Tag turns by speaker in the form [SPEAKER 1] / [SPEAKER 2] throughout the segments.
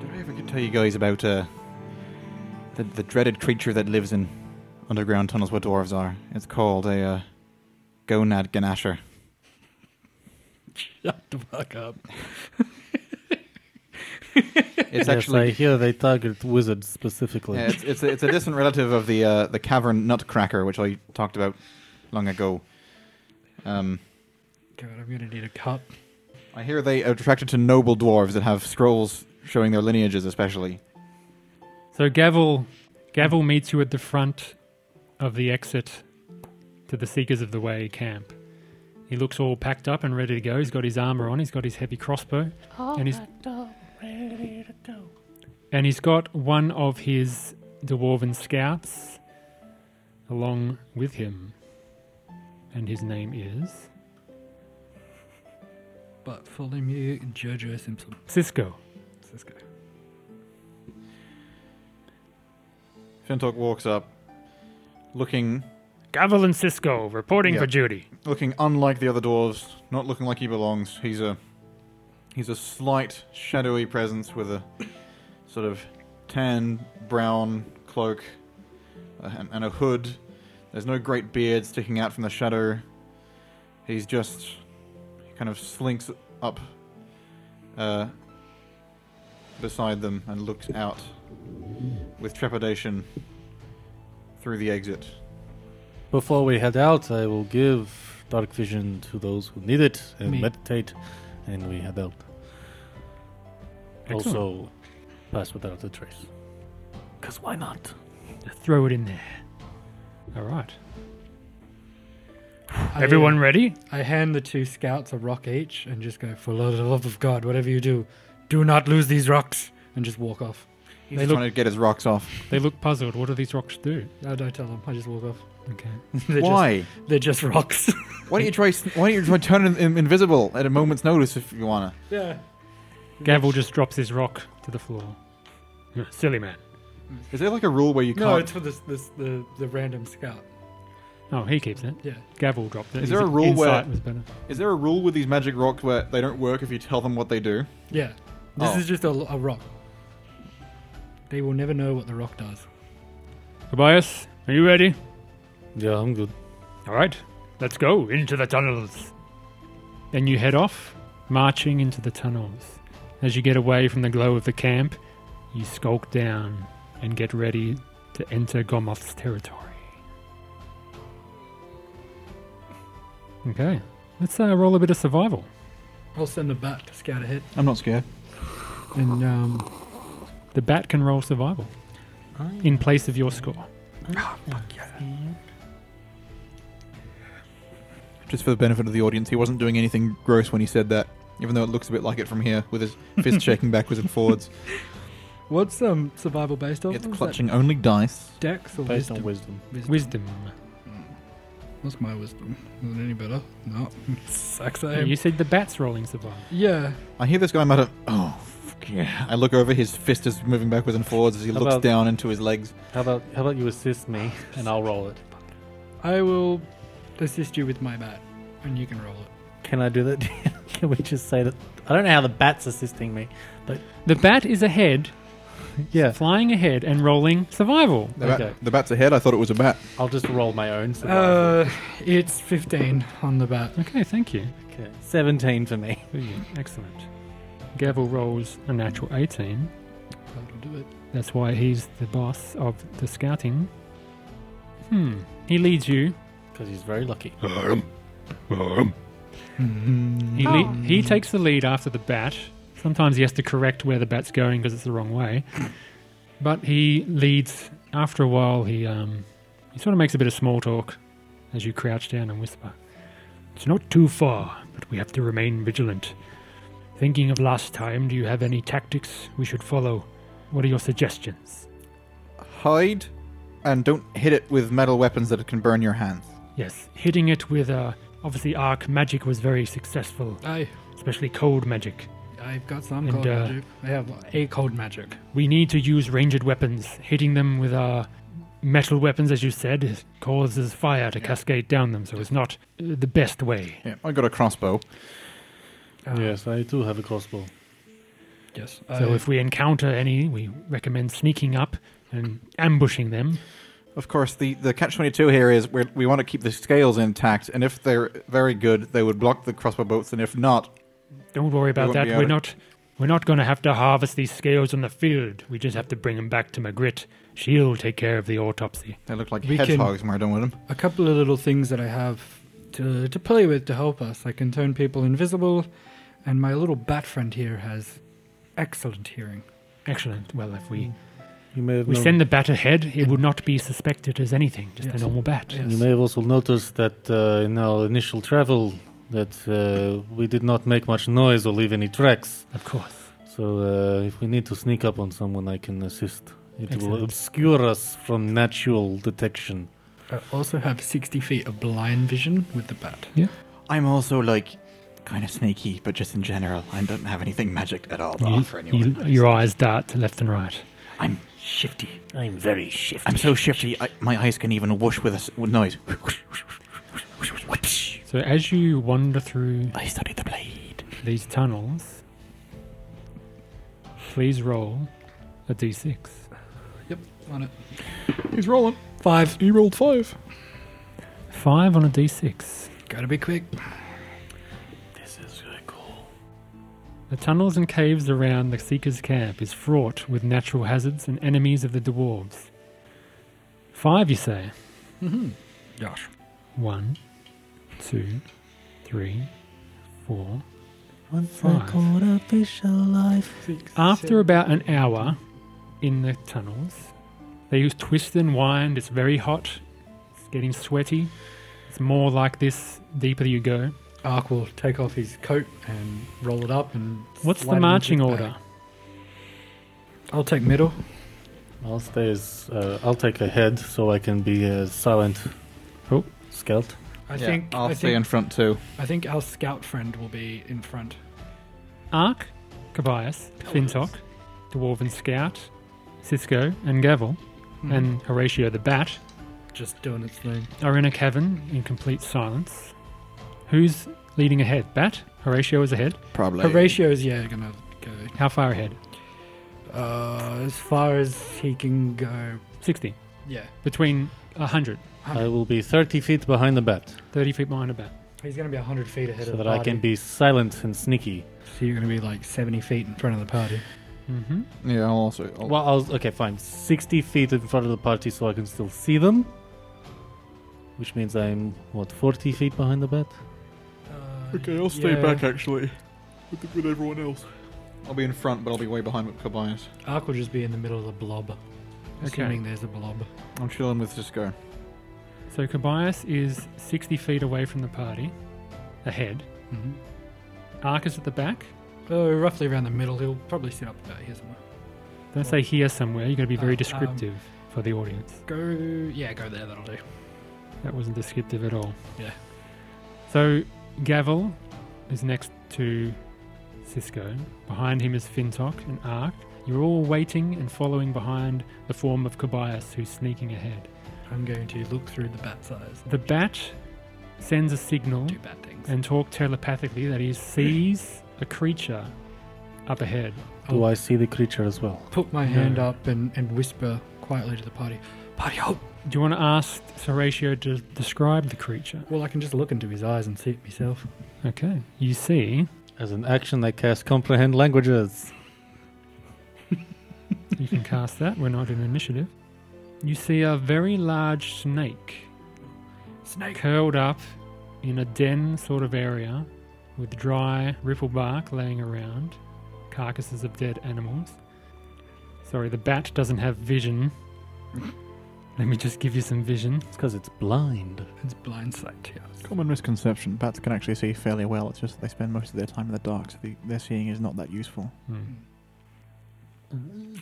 [SPEAKER 1] Did I ever tell you guys about uh, the the dreaded creature that lives in underground tunnels where dwarves are? It's called a uh, gonad ganasher.
[SPEAKER 2] Shut the fuck up.
[SPEAKER 1] It's
[SPEAKER 3] yes, I
[SPEAKER 1] actually
[SPEAKER 3] hear they target wizards specifically.
[SPEAKER 1] yeah, it's it's a, it's a distant relative of the uh, the cavern nutcracker, which I talked about long ago. Um,
[SPEAKER 2] God, I'm gonna need a cup.
[SPEAKER 1] I hear they are attracted to noble dwarves that have scrolls showing their lineages, especially.
[SPEAKER 2] So Gavel, Gavel meets you at the front of the exit to the Seekers of the Way camp. He looks all packed up and ready to go. He's got his armor on. He's got his heavy crossbow, and he's and he's got one of his dwarven scouts along with him, and his name is
[SPEAKER 4] But follow me, Jojo Simpson.
[SPEAKER 2] Cisco.
[SPEAKER 4] Let's go.
[SPEAKER 1] Fintok walks up, looking
[SPEAKER 2] Gavel and Cisco reporting
[SPEAKER 1] Yeah.
[SPEAKER 2] for duty.
[SPEAKER 1] looking unlike the other dwarves, not looking like he belongs. He's a he's a slight shadowy presence with a sort of tan brown cloak uh, and, and a hood. There's no great beard sticking out from the shadow. He's just he kind of slinks up uh, beside them and looks out with trepidation through the exit.
[SPEAKER 3] Before we head out, I will give dark vision to those who need it and
[SPEAKER 2] Me.
[SPEAKER 3] meditate, and we head out.
[SPEAKER 2] Excellent.
[SPEAKER 3] Also, pass without a trace. Because why not?
[SPEAKER 2] Throw it in there. All right. Everyone ready?
[SPEAKER 4] I hand the two scouts a rock each and just go, for the love of God, whatever you do, do not lose these rocks. And just walk off.
[SPEAKER 1] He's
[SPEAKER 2] They
[SPEAKER 1] just
[SPEAKER 2] look-
[SPEAKER 1] trying to get his rocks off.
[SPEAKER 2] They look puzzled. What do these rocks do?
[SPEAKER 4] I don't tell them. I just walk off.
[SPEAKER 2] Okay.
[SPEAKER 4] They're
[SPEAKER 1] Why?
[SPEAKER 4] Just, they're just rocks.
[SPEAKER 1] Why don't you try? Why don't you try turning him invisible at a moment's notice if you wanna?
[SPEAKER 4] yeah.
[SPEAKER 2] Gavel just drops his rock to the floor. Yeah, Silly man.
[SPEAKER 1] Is there like a rule where you
[SPEAKER 4] No,
[SPEAKER 1] can't?
[SPEAKER 4] it's for this, this the the random scout.
[SPEAKER 2] Oh, he keeps it.
[SPEAKER 4] Yeah.
[SPEAKER 2] Gavel dropped it.
[SPEAKER 1] Is
[SPEAKER 2] His
[SPEAKER 1] there a rule where-
[SPEAKER 2] insight was better.
[SPEAKER 1] is there a rule with these magic rocks where they don't work if you tell them what they do?
[SPEAKER 4] Yeah. This
[SPEAKER 1] Oh.
[SPEAKER 4] is just a, a rock. They will never know what the rock does.
[SPEAKER 2] Tobias, are you ready?
[SPEAKER 3] Yeah, I'm good.
[SPEAKER 2] All right. Let's go into the tunnels. Then you head off, marching into the tunnels. As you get away from the glow of the camp, you skulk down and get ready to enter Gomoth's territory. Okay. Let's uh, roll a bit of survival.
[SPEAKER 4] I'll send the bat to scout ahead.
[SPEAKER 1] I'm not scared.
[SPEAKER 4] And um,
[SPEAKER 2] The bat can roll survival in place of your score.
[SPEAKER 1] Just for the benefit of the audience, he wasn't doing anything gross when he said that, even though it looks a bit like it from here, with his fist shaking backwards and forwards.
[SPEAKER 4] what's um survival based on?
[SPEAKER 1] It's clutching only dice.
[SPEAKER 4] Dex or
[SPEAKER 3] Based
[SPEAKER 4] wisdom?
[SPEAKER 3] on wisdom.
[SPEAKER 4] wisdom?
[SPEAKER 2] Wisdom.
[SPEAKER 4] What's my wisdom? Is it any better? No. Sucks. I am.
[SPEAKER 2] You said the bat's rolling survival.
[SPEAKER 4] Yeah.
[SPEAKER 1] I hear this guy mutter, "Oh." fuck Yeah. I look over. His fist is moving backwards and forwards as he
[SPEAKER 3] How
[SPEAKER 1] looks
[SPEAKER 3] about-
[SPEAKER 1] down into his legs.
[SPEAKER 3] How about how about you assist me and I'll roll it?
[SPEAKER 4] I will assist you with my bat, and you can roll it.
[SPEAKER 3] Can I do that? Can we just say that? I don't know how the bat's assisting me.
[SPEAKER 2] The bat is ahead,
[SPEAKER 3] Yeah,
[SPEAKER 2] flying ahead and rolling survival.
[SPEAKER 1] The, bat-
[SPEAKER 3] Okay.
[SPEAKER 1] the bat's ahead. I thought it was a bat.
[SPEAKER 3] I'll just roll my own. survival.
[SPEAKER 4] Uh, it's 15 on the bat.
[SPEAKER 2] Okay, thank you.
[SPEAKER 3] okay, seventeen for me.
[SPEAKER 2] Excellent. Gavel rolls a natural 18.
[SPEAKER 4] That'll do it.
[SPEAKER 2] That's why he's the boss of the scouting. Hmm. He leads you.
[SPEAKER 3] Because he's very lucky.
[SPEAKER 2] Mm-hmm.
[SPEAKER 4] Oh.
[SPEAKER 2] He, le- he takes the lead after the bat. So Sometimes he has to correct where the bat's going because it's the wrong way. but he leads. After a while, he um, he sort of makes a bit of small talk as you crouch down and whisper. It's not too far, but we have to remain vigilant. Thinking of last time, do you have any tactics we should follow? What are your suggestions?
[SPEAKER 1] Hide, and don't hit it with metal weapons that can burn your hands.
[SPEAKER 2] Yes, hitting it with uh, obviously arc magic was very successful,
[SPEAKER 4] I,
[SPEAKER 2] especially cold magic.
[SPEAKER 4] I've got some
[SPEAKER 2] And,
[SPEAKER 4] cold
[SPEAKER 2] uh,
[SPEAKER 4] magic. I have a cold magic.
[SPEAKER 2] We need to use ranged weapons. Hitting them with our metal weapons, as you said, causes fire to cascade down them, so it's not uh, the best way.
[SPEAKER 1] Yeah, I got a crossbow.
[SPEAKER 4] Uh,
[SPEAKER 3] Yes, I do have a crossbow.
[SPEAKER 4] Yes.
[SPEAKER 2] So
[SPEAKER 4] I-
[SPEAKER 2] if we encounter any, we recommend sneaking up and ambushing them.
[SPEAKER 1] Of course, the, the catch 22 here is we're, we want to keep the scales intact, and if they're very good, they would block the crossbow bolts, and if not,
[SPEAKER 2] Don't worry about
[SPEAKER 1] won't
[SPEAKER 2] that.
[SPEAKER 1] be
[SPEAKER 2] We're
[SPEAKER 1] able-
[SPEAKER 2] not we're not going to have to harvest these scales on the field. We just have to bring them back to Magritte. She'll take care of the autopsy.
[SPEAKER 1] they look like
[SPEAKER 4] We can-
[SPEAKER 1] hedgehogs when we're done with them.
[SPEAKER 4] a couple of little things that I have to, to play with to help us. I can turn people invisible, and my little bat friend here has excellent hearing.
[SPEAKER 2] Excellent. Well, if we
[SPEAKER 3] You may have
[SPEAKER 2] we
[SPEAKER 3] known-
[SPEAKER 2] send the bat ahead, it would not be suspected as anything, just
[SPEAKER 4] Yes.
[SPEAKER 2] a normal bat.
[SPEAKER 4] Yes.
[SPEAKER 3] You may have also noticed that uh, in our initial travel that uh, we did not make much noise or leave any tracks.
[SPEAKER 2] Of course.
[SPEAKER 3] So uh, if we need to sneak up on someone, I can assist. It
[SPEAKER 2] Excellent.
[SPEAKER 3] will obscure us from natural detection.
[SPEAKER 4] I also have 60 feet of blind vision with the bat.
[SPEAKER 1] I'm also like kind of sneaky, but just in general, I don't have anything magic at all to
[SPEAKER 2] You-
[SPEAKER 1] offer anyone.
[SPEAKER 2] you- your eyes dart to left and right.
[SPEAKER 1] I'm shifty.
[SPEAKER 3] I'm very shifty.
[SPEAKER 1] I'm so shifty. I, my eyes can even whoosh with a s- with noise.
[SPEAKER 2] So as you wander through
[SPEAKER 1] I studied the blade.
[SPEAKER 2] these tunnels, please roll a d6.
[SPEAKER 4] On it.
[SPEAKER 5] He's rolling.
[SPEAKER 4] Five.
[SPEAKER 5] He rolled five.
[SPEAKER 2] Five on a d6.
[SPEAKER 4] Gotta be quick.
[SPEAKER 3] This is really cool.
[SPEAKER 2] The tunnels and caves around the Seeker's camp is fraught with natural hazards and enemies of the dwarves. Five, you say?
[SPEAKER 4] Mm-hmm. Gosh.
[SPEAKER 2] One, two, three, four.
[SPEAKER 3] Once
[SPEAKER 2] Five.
[SPEAKER 3] I caught a fish alive.
[SPEAKER 2] After about an hour in the tunnels, they use twist and wind. It's very hot. It's getting sweaty. It's more like this deeper you go.
[SPEAKER 4] Ark will take off his coat and roll it up and.
[SPEAKER 2] What's
[SPEAKER 4] slide it
[SPEAKER 2] the
[SPEAKER 4] into
[SPEAKER 2] marching
[SPEAKER 4] his
[SPEAKER 2] order?
[SPEAKER 4] bag. I'll take middle.
[SPEAKER 3] I'll stay as uh, I'll take a head so I can be a silent
[SPEAKER 2] Oh.
[SPEAKER 3] scout.
[SPEAKER 4] I think.
[SPEAKER 1] I'll
[SPEAKER 4] I
[SPEAKER 1] stay
[SPEAKER 4] think,
[SPEAKER 1] in front too.
[SPEAKER 4] I think our scout friend will be in front.
[SPEAKER 2] Ark, Kobayas, Fintok, Dwarven Scout, Cisco, and Gavel,
[SPEAKER 4] Hmm.
[SPEAKER 2] and Horatio the Bat
[SPEAKER 4] just doing its thing.
[SPEAKER 2] are in a cavern in complete silence. Who's leading ahead? Bat? Horatio is ahead?
[SPEAKER 1] Probably.
[SPEAKER 4] Horatio's yeah gonna go
[SPEAKER 2] How far ahead?
[SPEAKER 4] Uh, as far as he can go.
[SPEAKER 2] 60.
[SPEAKER 4] Yeah.
[SPEAKER 2] Between 100.
[SPEAKER 3] I will be 30 feet behind the bat
[SPEAKER 2] 30 feet behind a bat.
[SPEAKER 4] He's going to be 100 feet ahead
[SPEAKER 3] so
[SPEAKER 4] of the
[SPEAKER 3] that I can
[SPEAKER 4] party.
[SPEAKER 3] be silent and sneaky.
[SPEAKER 4] So you're going to be like 70 feet in front of the party.
[SPEAKER 2] Mm-hmm.
[SPEAKER 1] Yeah, I'll also. I'll,
[SPEAKER 3] Well, I'll, okay, fine. 60 feet in front of the party so I can still see them. Which means I'm, what, 40 feet behind the bat?
[SPEAKER 4] Uh,
[SPEAKER 5] Okay, I'll stay
[SPEAKER 4] yeah.
[SPEAKER 5] back actually. With, the, with everyone else.
[SPEAKER 1] I'll be in front, but I'll be way behind with Kobayas.
[SPEAKER 4] Ark will just be in the middle of the blob. Assuming there's a blob.
[SPEAKER 1] I'm chilling with Cisco.
[SPEAKER 2] So Kobayas is 60 feet away from the party, ahead.
[SPEAKER 4] Mm-hmm.
[SPEAKER 2] Ark is at the back.
[SPEAKER 4] Oh, roughly around the middle. He'll probably sit up about here somewhere.
[SPEAKER 2] Don't say here somewhere. You've got to be
[SPEAKER 4] Uh,
[SPEAKER 2] very
[SPEAKER 4] um,
[SPEAKER 2] descriptive for the audience.
[SPEAKER 4] Go. Yeah, go there. That'll do.
[SPEAKER 2] That wasn't descriptive at all.
[SPEAKER 4] Yeah.
[SPEAKER 2] So Gavel is next to Cisco. Behind him is Fintok and Ark. You're all waiting and following behind the form of Kobayas, who's sneaking ahead.
[SPEAKER 4] I'm going to look through the bat's eyes.
[SPEAKER 2] The bat sends a signal
[SPEAKER 4] do bad things.
[SPEAKER 2] and talk telepathically that he sees a creature up ahead.
[SPEAKER 3] Do I see the creature as well?
[SPEAKER 4] Put my hand
[SPEAKER 2] No.
[SPEAKER 4] up and, and whisper quietly to the party. Party up!
[SPEAKER 2] Do you want to ask Horatio to describe the creature?
[SPEAKER 4] Well, I can just look into his eyes and see it myself.
[SPEAKER 2] Okay. You see,
[SPEAKER 3] As an action, I cast Comprehend Languages.
[SPEAKER 2] you can cast that. We're not in initiative. You see a very large snake
[SPEAKER 4] Snake.
[SPEAKER 2] curled up in a den sort of area with dry ripple bark laying around, carcasses of dead animals. Sorry, the bat doesn't have vision. Let me just give you some vision.
[SPEAKER 3] It's because it's blind.
[SPEAKER 4] It's blindsight, yes.
[SPEAKER 1] Common misconception: bats can actually see fairly well. It's just they spend most of their time in the dark, so the, their seeing is not that useful.
[SPEAKER 2] Hmm.
[SPEAKER 3] Oh.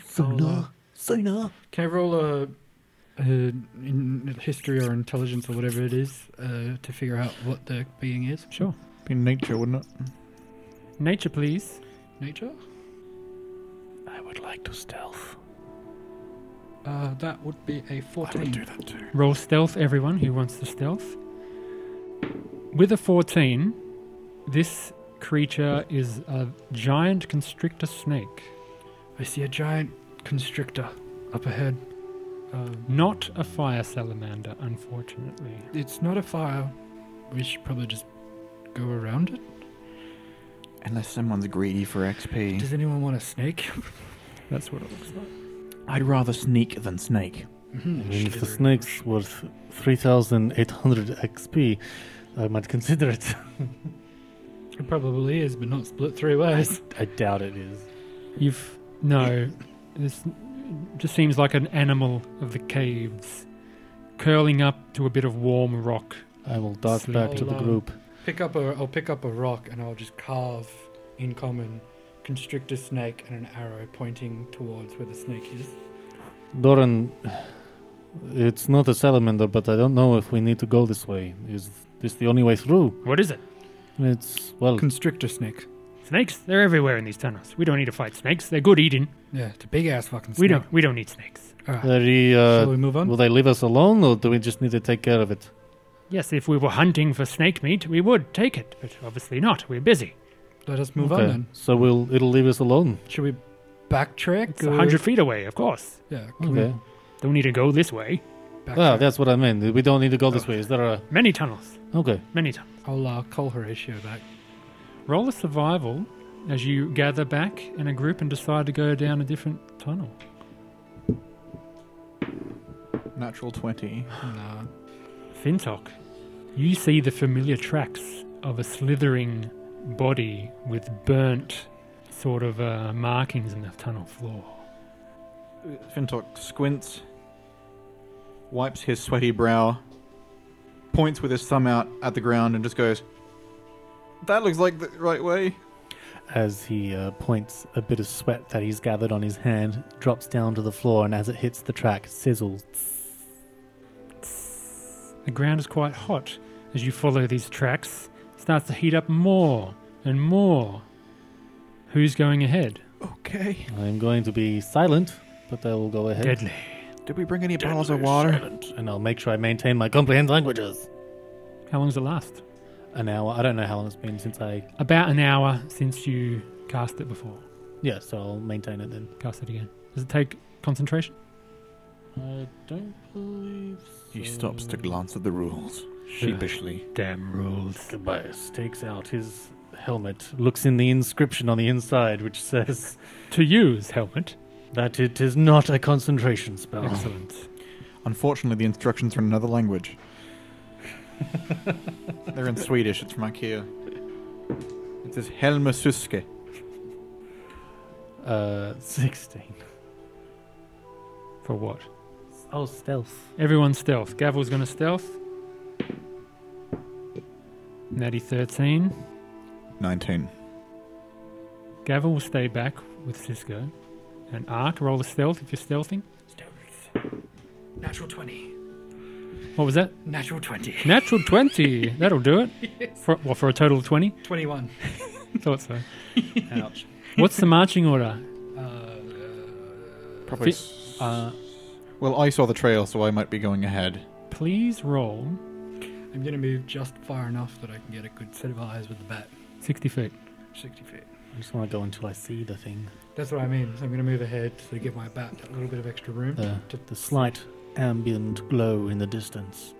[SPEAKER 4] Sonar.
[SPEAKER 3] Sonar.
[SPEAKER 4] Can I roll a, a in history or intelligence or whatever it is uh, to figure out what the being is?
[SPEAKER 2] Sure.
[SPEAKER 1] Be nature, wouldn't it?
[SPEAKER 2] Nature, please.
[SPEAKER 4] Nature?
[SPEAKER 3] I would like to stealth.
[SPEAKER 4] Uh, that would be a 14.
[SPEAKER 1] that too.
[SPEAKER 2] Roll stealth, everyone who wants the stealth. With a 14, this creature is a giant constrictor snake.
[SPEAKER 4] I see a giant constrictor up ahead. Um,
[SPEAKER 2] Not a fire salamander, unfortunately.
[SPEAKER 4] It's not a fire. We should probably just go around it.
[SPEAKER 1] Unless someone's greedy for XP,
[SPEAKER 3] Mm.
[SPEAKER 4] Does anyone want a snake?
[SPEAKER 2] That's what it looks like.
[SPEAKER 1] I'd rather sneak than snake.
[SPEAKER 4] Mm-hmm.
[SPEAKER 3] I mean, if the snake's worth 3,800 XP, I might consider it.
[SPEAKER 4] It probably is, but not split three ways.
[SPEAKER 3] I doubt it is.
[SPEAKER 2] You've no. This just seems like an animal of the caves, curling up to a bit of warm rock.
[SPEAKER 3] I will dart
[SPEAKER 2] Sleep
[SPEAKER 3] back to the
[SPEAKER 4] alone.
[SPEAKER 3] group.
[SPEAKER 4] Pick up a. I'll pick up a rock and I'll just carve in common constrictor snake and an arrow pointing towards where the snake is.
[SPEAKER 3] Doran, it's not a salamander, but I don't know if we need to go this way. Is this the only way through?
[SPEAKER 2] What is it?
[SPEAKER 3] It's, well,
[SPEAKER 4] Constrictor snake.
[SPEAKER 2] Snakes? They're everywhere in these tunnels. We don't need to fight snakes. They're good eating.
[SPEAKER 4] Yeah, it's a big ass fucking snake.
[SPEAKER 2] We don't. We don't need snakes.
[SPEAKER 4] All right.
[SPEAKER 3] very,
[SPEAKER 4] Shall
[SPEAKER 3] uh,
[SPEAKER 4] we move on?
[SPEAKER 3] will they leave us alone or do we just need to take care of it?
[SPEAKER 2] Yes, if we were hunting for snake meat, we would take it, but obviously not. We're busy.
[SPEAKER 4] Let us move on
[SPEAKER 3] Okay,
[SPEAKER 4] then.
[SPEAKER 3] So we'll, it'll leave us alone.
[SPEAKER 4] Should we backtrack?
[SPEAKER 2] It's
[SPEAKER 4] or-
[SPEAKER 2] a hundred feet away, of course.
[SPEAKER 4] Yeah. Can
[SPEAKER 3] Okay.
[SPEAKER 2] Don't need to go this way.
[SPEAKER 4] we backtrack?
[SPEAKER 3] Ah, that's what I meant. We don't need to go this way. Is there a.
[SPEAKER 2] Many tunnels.
[SPEAKER 3] Okay.
[SPEAKER 2] Many tunnels.
[SPEAKER 4] I'll uh, call Horatio back.
[SPEAKER 2] Roll a survival as you gather back in a group and decide to go down a different tunnel.
[SPEAKER 1] Natural twenty.
[SPEAKER 4] Nah.
[SPEAKER 2] Fintok, you see the familiar tracks of a slithering body with burnt sort of uh, markings in the tunnel floor.
[SPEAKER 1] Fintok squints, wipes his sweaty brow, points with his thumb out at the ground, and just goes, "That looks like the right way."
[SPEAKER 3] As he uh, points a bit of sweat that he's gathered on his hand, drops down to the floor, and as it hits the track, sizzles.
[SPEAKER 2] The ground is quite hot as you follow these tracks. Starts to heat up more and more. Who's going ahead?
[SPEAKER 1] Okay.
[SPEAKER 3] I'm going to be silent, but I will go ahead.
[SPEAKER 2] Deadly.
[SPEAKER 1] Did we bring any bottles of water?
[SPEAKER 3] And I'll make sure I maintain my comprehend languages.
[SPEAKER 2] How long does it last?
[SPEAKER 3] An hour. I don't know how long it's been since I.
[SPEAKER 2] About an hour since you cast it before.
[SPEAKER 3] Yeah, so I'll maintain it then.
[SPEAKER 2] Cast it again. Does it take concentration?
[SPEAKER 3] I don't believe.
[SPEAKER 1] glance at the rules
[SPEAKER 2] sheepishly. Damn rules.
[SPEAKER 3] Tobias takes out his helmet, looks in the inscription on the inside, which says
[SPEAKER 2] To use helmet.
[SPEAKER 3] that it is not a concentration
[SPEAKER 2] Oh.
[SPEAKER 3] spell.
[SPEAKER 2] Excellent.
[SPEAKER 1] Unfortunately, the instructions are in another language. They're in Swedish. It's from IKEA. It says Helmer Suske.
[SPEAKER 3] Uh, 16.
[SPEAKER 2] For what?
[SPEAKER 3] Oh, stealth.
[SPEAKER 2] Everyone stealth. Gavel's gonna stealth. Natty 13.
[SPEAKER 1] Nineteen.
[SPEAKER 2] Gavel will stay back with Cisco. And Ark, roll a stealth if you're stealthing.
[SPEAKER 4] Natural 20.
[SPEAKER 2] What was that?
[SPEAKER 4] Natural 20.
[SPEAKER 2] Natural 20. That'll do it. For, well, for a total of 20?
[SPEAKER 4] 21.
[SPEAKER 2] Thought so.
[SPEAKER 3] Ouch.
[SPEAKER 2] What's the marching order?
[SPEAKER 4] Uh,
[SPEAKER 1] Probably.
[SPEAKER 2] Fi-
[SPEAKER 1] s-
[SPEAKER 2] Uh,
[SPEAKER 1] well, I saw the trail, so I might be going ahead.
[SPEAKER 2] please roll
[SPEAKER 4] I'm going to move just far enough that I can get a good set of eyes with the bat.
[SPEAKER 2] 60 feet.
[SPEAKER 4] 60 feet.
[SPEAKER 3] I just want to go until I see the thing.
[SPEAKER 4] That's what I mean. So I'm going to move ahead to give my bat that little bit of extra room.
[SPEAKER 3] The,
[SPEAKER 4] to,
[SPEAKER 3] the slight ambient glow in the distance.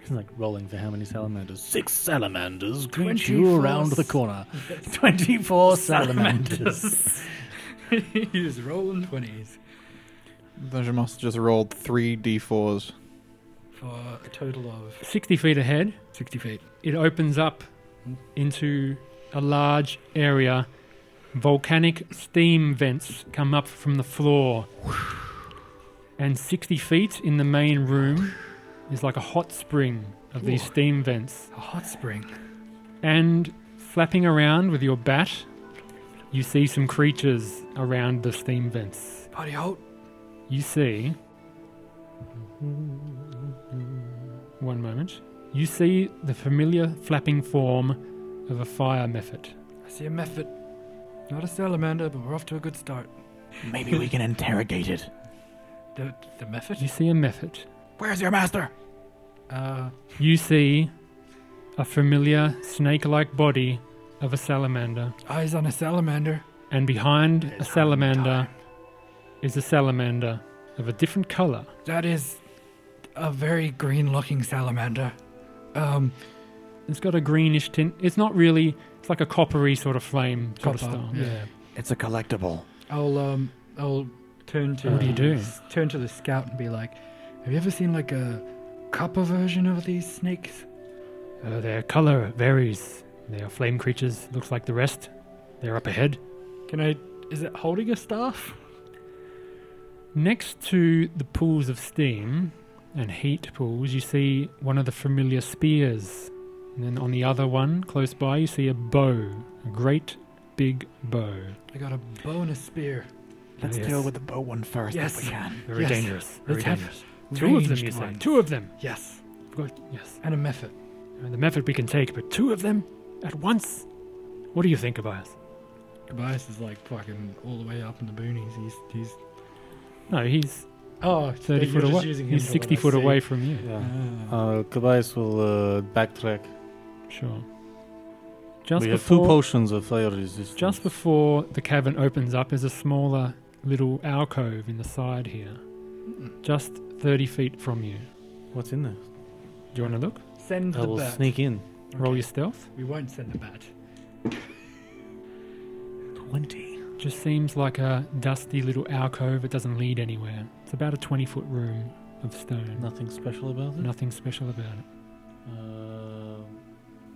[SPEAKER 3] It's like rolling for how many salamanders? Six salamanders greet you
[SPEAKER 4] 24
[SPEAKER 3] around the
[SPEAKER 4] s-
[SPEAKER 3] corner. 24 salamanders.
[SPEAKER 4] He's rolling 20s
[SPEAKER 1] Dungeon Master just rolled three d4s.
[SPEAKER 4] for a total of
[SPEAKER 2] 60 feet ahead,
[SPEAKER 4] 60 feet.
[SPEAKER 2] it opens up into a large area. Volcanic steam vents come up from the floor. And 60 feet in the main room is like a hot spring of these
[SPEAKER 4] Ooh.
[SPEAKER 2] steam vents.
[SPEAKER 4] A hot spring.
[SPEAKER 2] And flapping around with your bat, you see some creatures around the steam vents
[SPEAKER 4] Body out.
[SPEAKER 2] you see one moment you see the familiar flapping form of a fire method
[SPEAKER 4] I see a method. Not a salamander, but we're off to a good start.
[SPEAKER 1] Maybe we can interrogate it.
[SPEAKER 4] The the
[SPEAKER 2] you
[SPEAKER 4] method?
[SPEAKER 2] see a method
[SPEAKER 1] Where's your master?
[SPEAKER 4] Uh,
[SPEAKER 2] you see a familiar snake-like body of a salamander
[SPEAKER 4] eyes on a salamander.
[SPEAKER 2] and behind a salamander is a salamander of a different color
[SPEAKER 4] That is a very green-looking salamander. Um,
[SPEAKER 2] it's got a greenish tint it's not really it's like a coppery sort of flame sort
[SPEAKER 4] Copper,
[SPEAKER 2] of style
[SPEAKER 4] yeah.
[SPEAKER 1] It's a collectible.
[SPEAKER 4] I'll um, I'll turn to
[SPEAKER 2] What do you
[SPEAKER 4] the-
[SPEAKER 2] do?
[SPEAKER 4] Turn to the scout and be like, "Have you ever seen like a copper version of these snakes?"
[SPEAKER 2] Uh, their color varies. They are flame creatures, looks like the rest. They're up ahead.
[SPEAKER 4] Can I? Is it holding a staff?
[SPEAKER 2] Next to the pools of steam and heat pools, you see one of the familiar spears. And then on the other one, close by, you see a bow. A great big bow.
[SPEAKER 4] I got a bonus spear.
[SPEAKER 1] Let's
[SPEAKER 2] Yes.
[SPEAKER 1] deal with the bow one first
[SPEAKER 4] Yes.
[SPEAKER 1] if we can.
[SPEAKER 2] Very
[SPEAKER 4] Yes.
[SPEAKER 2] dangerous. Very
[SPEAKER 4] Let's have
[SPEAKER 2] dangerous. Two of them,
[SPEAKER 4] Ranged
[SPEAKER 2] you say.
[SPEAKER 4] ones.
[SPEAKER 2] Two of them.
[SPEAKER 4] Yes,
[SPEAKER 2] Good. Yes.
[SPEAKER 4] and a method.
[SPEAKER 2] Uh, The method we can take, but two of them at once? What do you think, Tobias?
[SPEAKER 4] Tobias is like fucking all the way up in the boonies. He's he's
[SPEAKER 2] No, he's
[SPEAKER 4] oh
[SPEAKER 2] 30 foot away. He's 60 foot away from you.
[SPEAKER 3] Yeah.
[SPEAKER 4] Uh,
[SPEAKER 3] Uh, Tobias will uh, backtrack.
[SPEAKER 2] Sure. Just
[SPEAKER 3] we have two
[SPEAKER 2] before,
[SPEAKER 3] potions of fire resistance.
[SPEAKER 2] just before the cavern opens up, is a smaller little alcove in the side here, just thirty feet from you.
[SPEAKER 3] What's in there?
[SPEAKER 2] Do you want to look?
[SPEAKER 4] send
[SPEAKER 3] I
[SPEAKER 4] the
[SPEAKER 3] will
[SPEAKER 4] bat.
[SPEAKER 3] sneak in.
[SPEAKER 2] Roll your stealth.
[SPEAKER 4] We won't send the bat.
[SPEAKER 1] 20.
[SPEAKER 2] Just seems like a dusty little alcove. It doesn't lead anywhere. It's about a twenty foot room of stone.
[SPEAKER 3] Nothing special about it.
[SPEAKER 2] Nothing special about it.
[SPEAKER 3] Uh,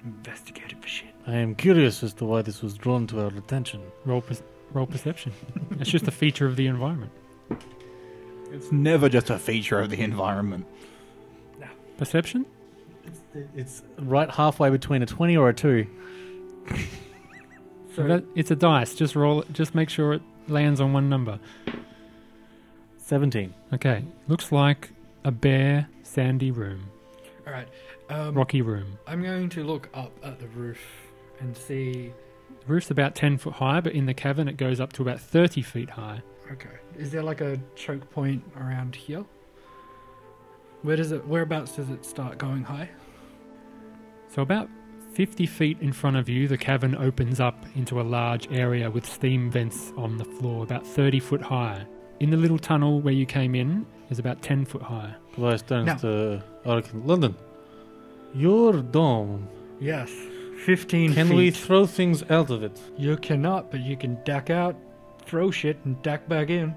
[SPEAKER 4] Investigate it for shit.
[SPEAKER 3] I am curious as to why this was drawn to our attention.
[SPEAKER 2] Roll, per- roll perception. it's just a feature of the environment.
[SPEAKER 1] It's never just a feature of the environment.
[SPEAKER 2] Perception.
[SPEAKER 3] It's right halfway between a 20 or a 2.
[SPEAKER 2] So that, it's a dice. Just roll it. Just make sure it lands on one number.
[SPEAKER 3] 17.
[SPEAKER 2] Okay, looks like a bare, sandy room,
[SPEAKER 4] All right. Um,
[SPEAKER 2] rocky room.
[SPEAKER 4] I'm going to look up at the roof and see.
[SPEAKER 2] The roof's about 10 foot high, but in the cavern it goes up to about 30 feet high.
[SPEAKER 4] Okay. Is there like a choke point around here? Where does it? Whereabouts does it start going high?
[SPEAKER 2] So, about 50 feet in front of you, the cavern opens up into a large area with steam vents on the floor, about 30 foot high. In the little tunnel where you came in is about 10 foot high.
[SPEAKER 3] Tobias turns
[SPEAKER 4] No.
[SPEAKER 3] to Arkin. London, your dome.
[SPEAKER 4] Yes. Fifteen
[SPEAKER 3] Can we throw things out of it?
[SPEAKER 4] You cannot, but you can duck out, throw shit, and duck back in.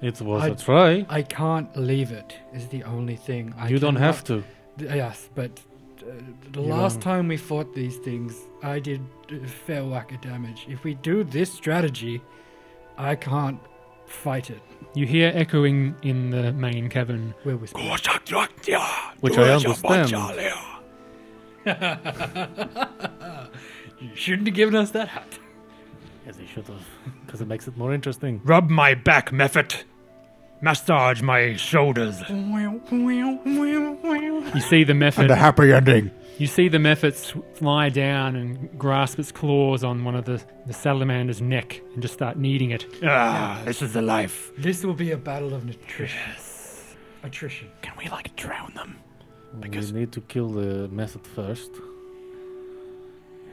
[SPEAKER 3] It was
[SPEAKER 4] I-
[SPEAKER 3] a try.
[SPEAKER 4] I can't leave it. Is the only thing. I
[SPEAKER 3] you don't have to.
[SPEAKER 4] to. Yes, but uh, the
[SPEAKER 3] You
[SPEAKER 4] last
[SPEAKER 3] don't-
[SPEAKER 4] time we fought these things, I did a fair whack of damage. If we do this strategy, I can't fight it.
[SPEAKER 2] You hear echoing in the main cavern.
[SPEAKER 4] We're whispering.
[SPEAKER 3] Which I understand.
[SPEAKER 4] You shouldn't have given us that hat.
[SPEAKER 3] As they should have. Because it makes it more interesting.
[SPEAKER 2] Rub my back, Mephit! Massage my shoulders. You see the method.
[SPEAKER 1] happy ending.
[SPEAKER 2] You see the mephit s- fly down and grasp its claws on one of the, the salamander's neck and just start kneading it.
[SPEAKER 5] Ah, this is the life.
[SPEAKER 4] This will be a battle of nutrition. Attrition.
[SPEAKER 1] Can we, like, drown them? Because-
[SPEAKER 3] we need to kill the method first.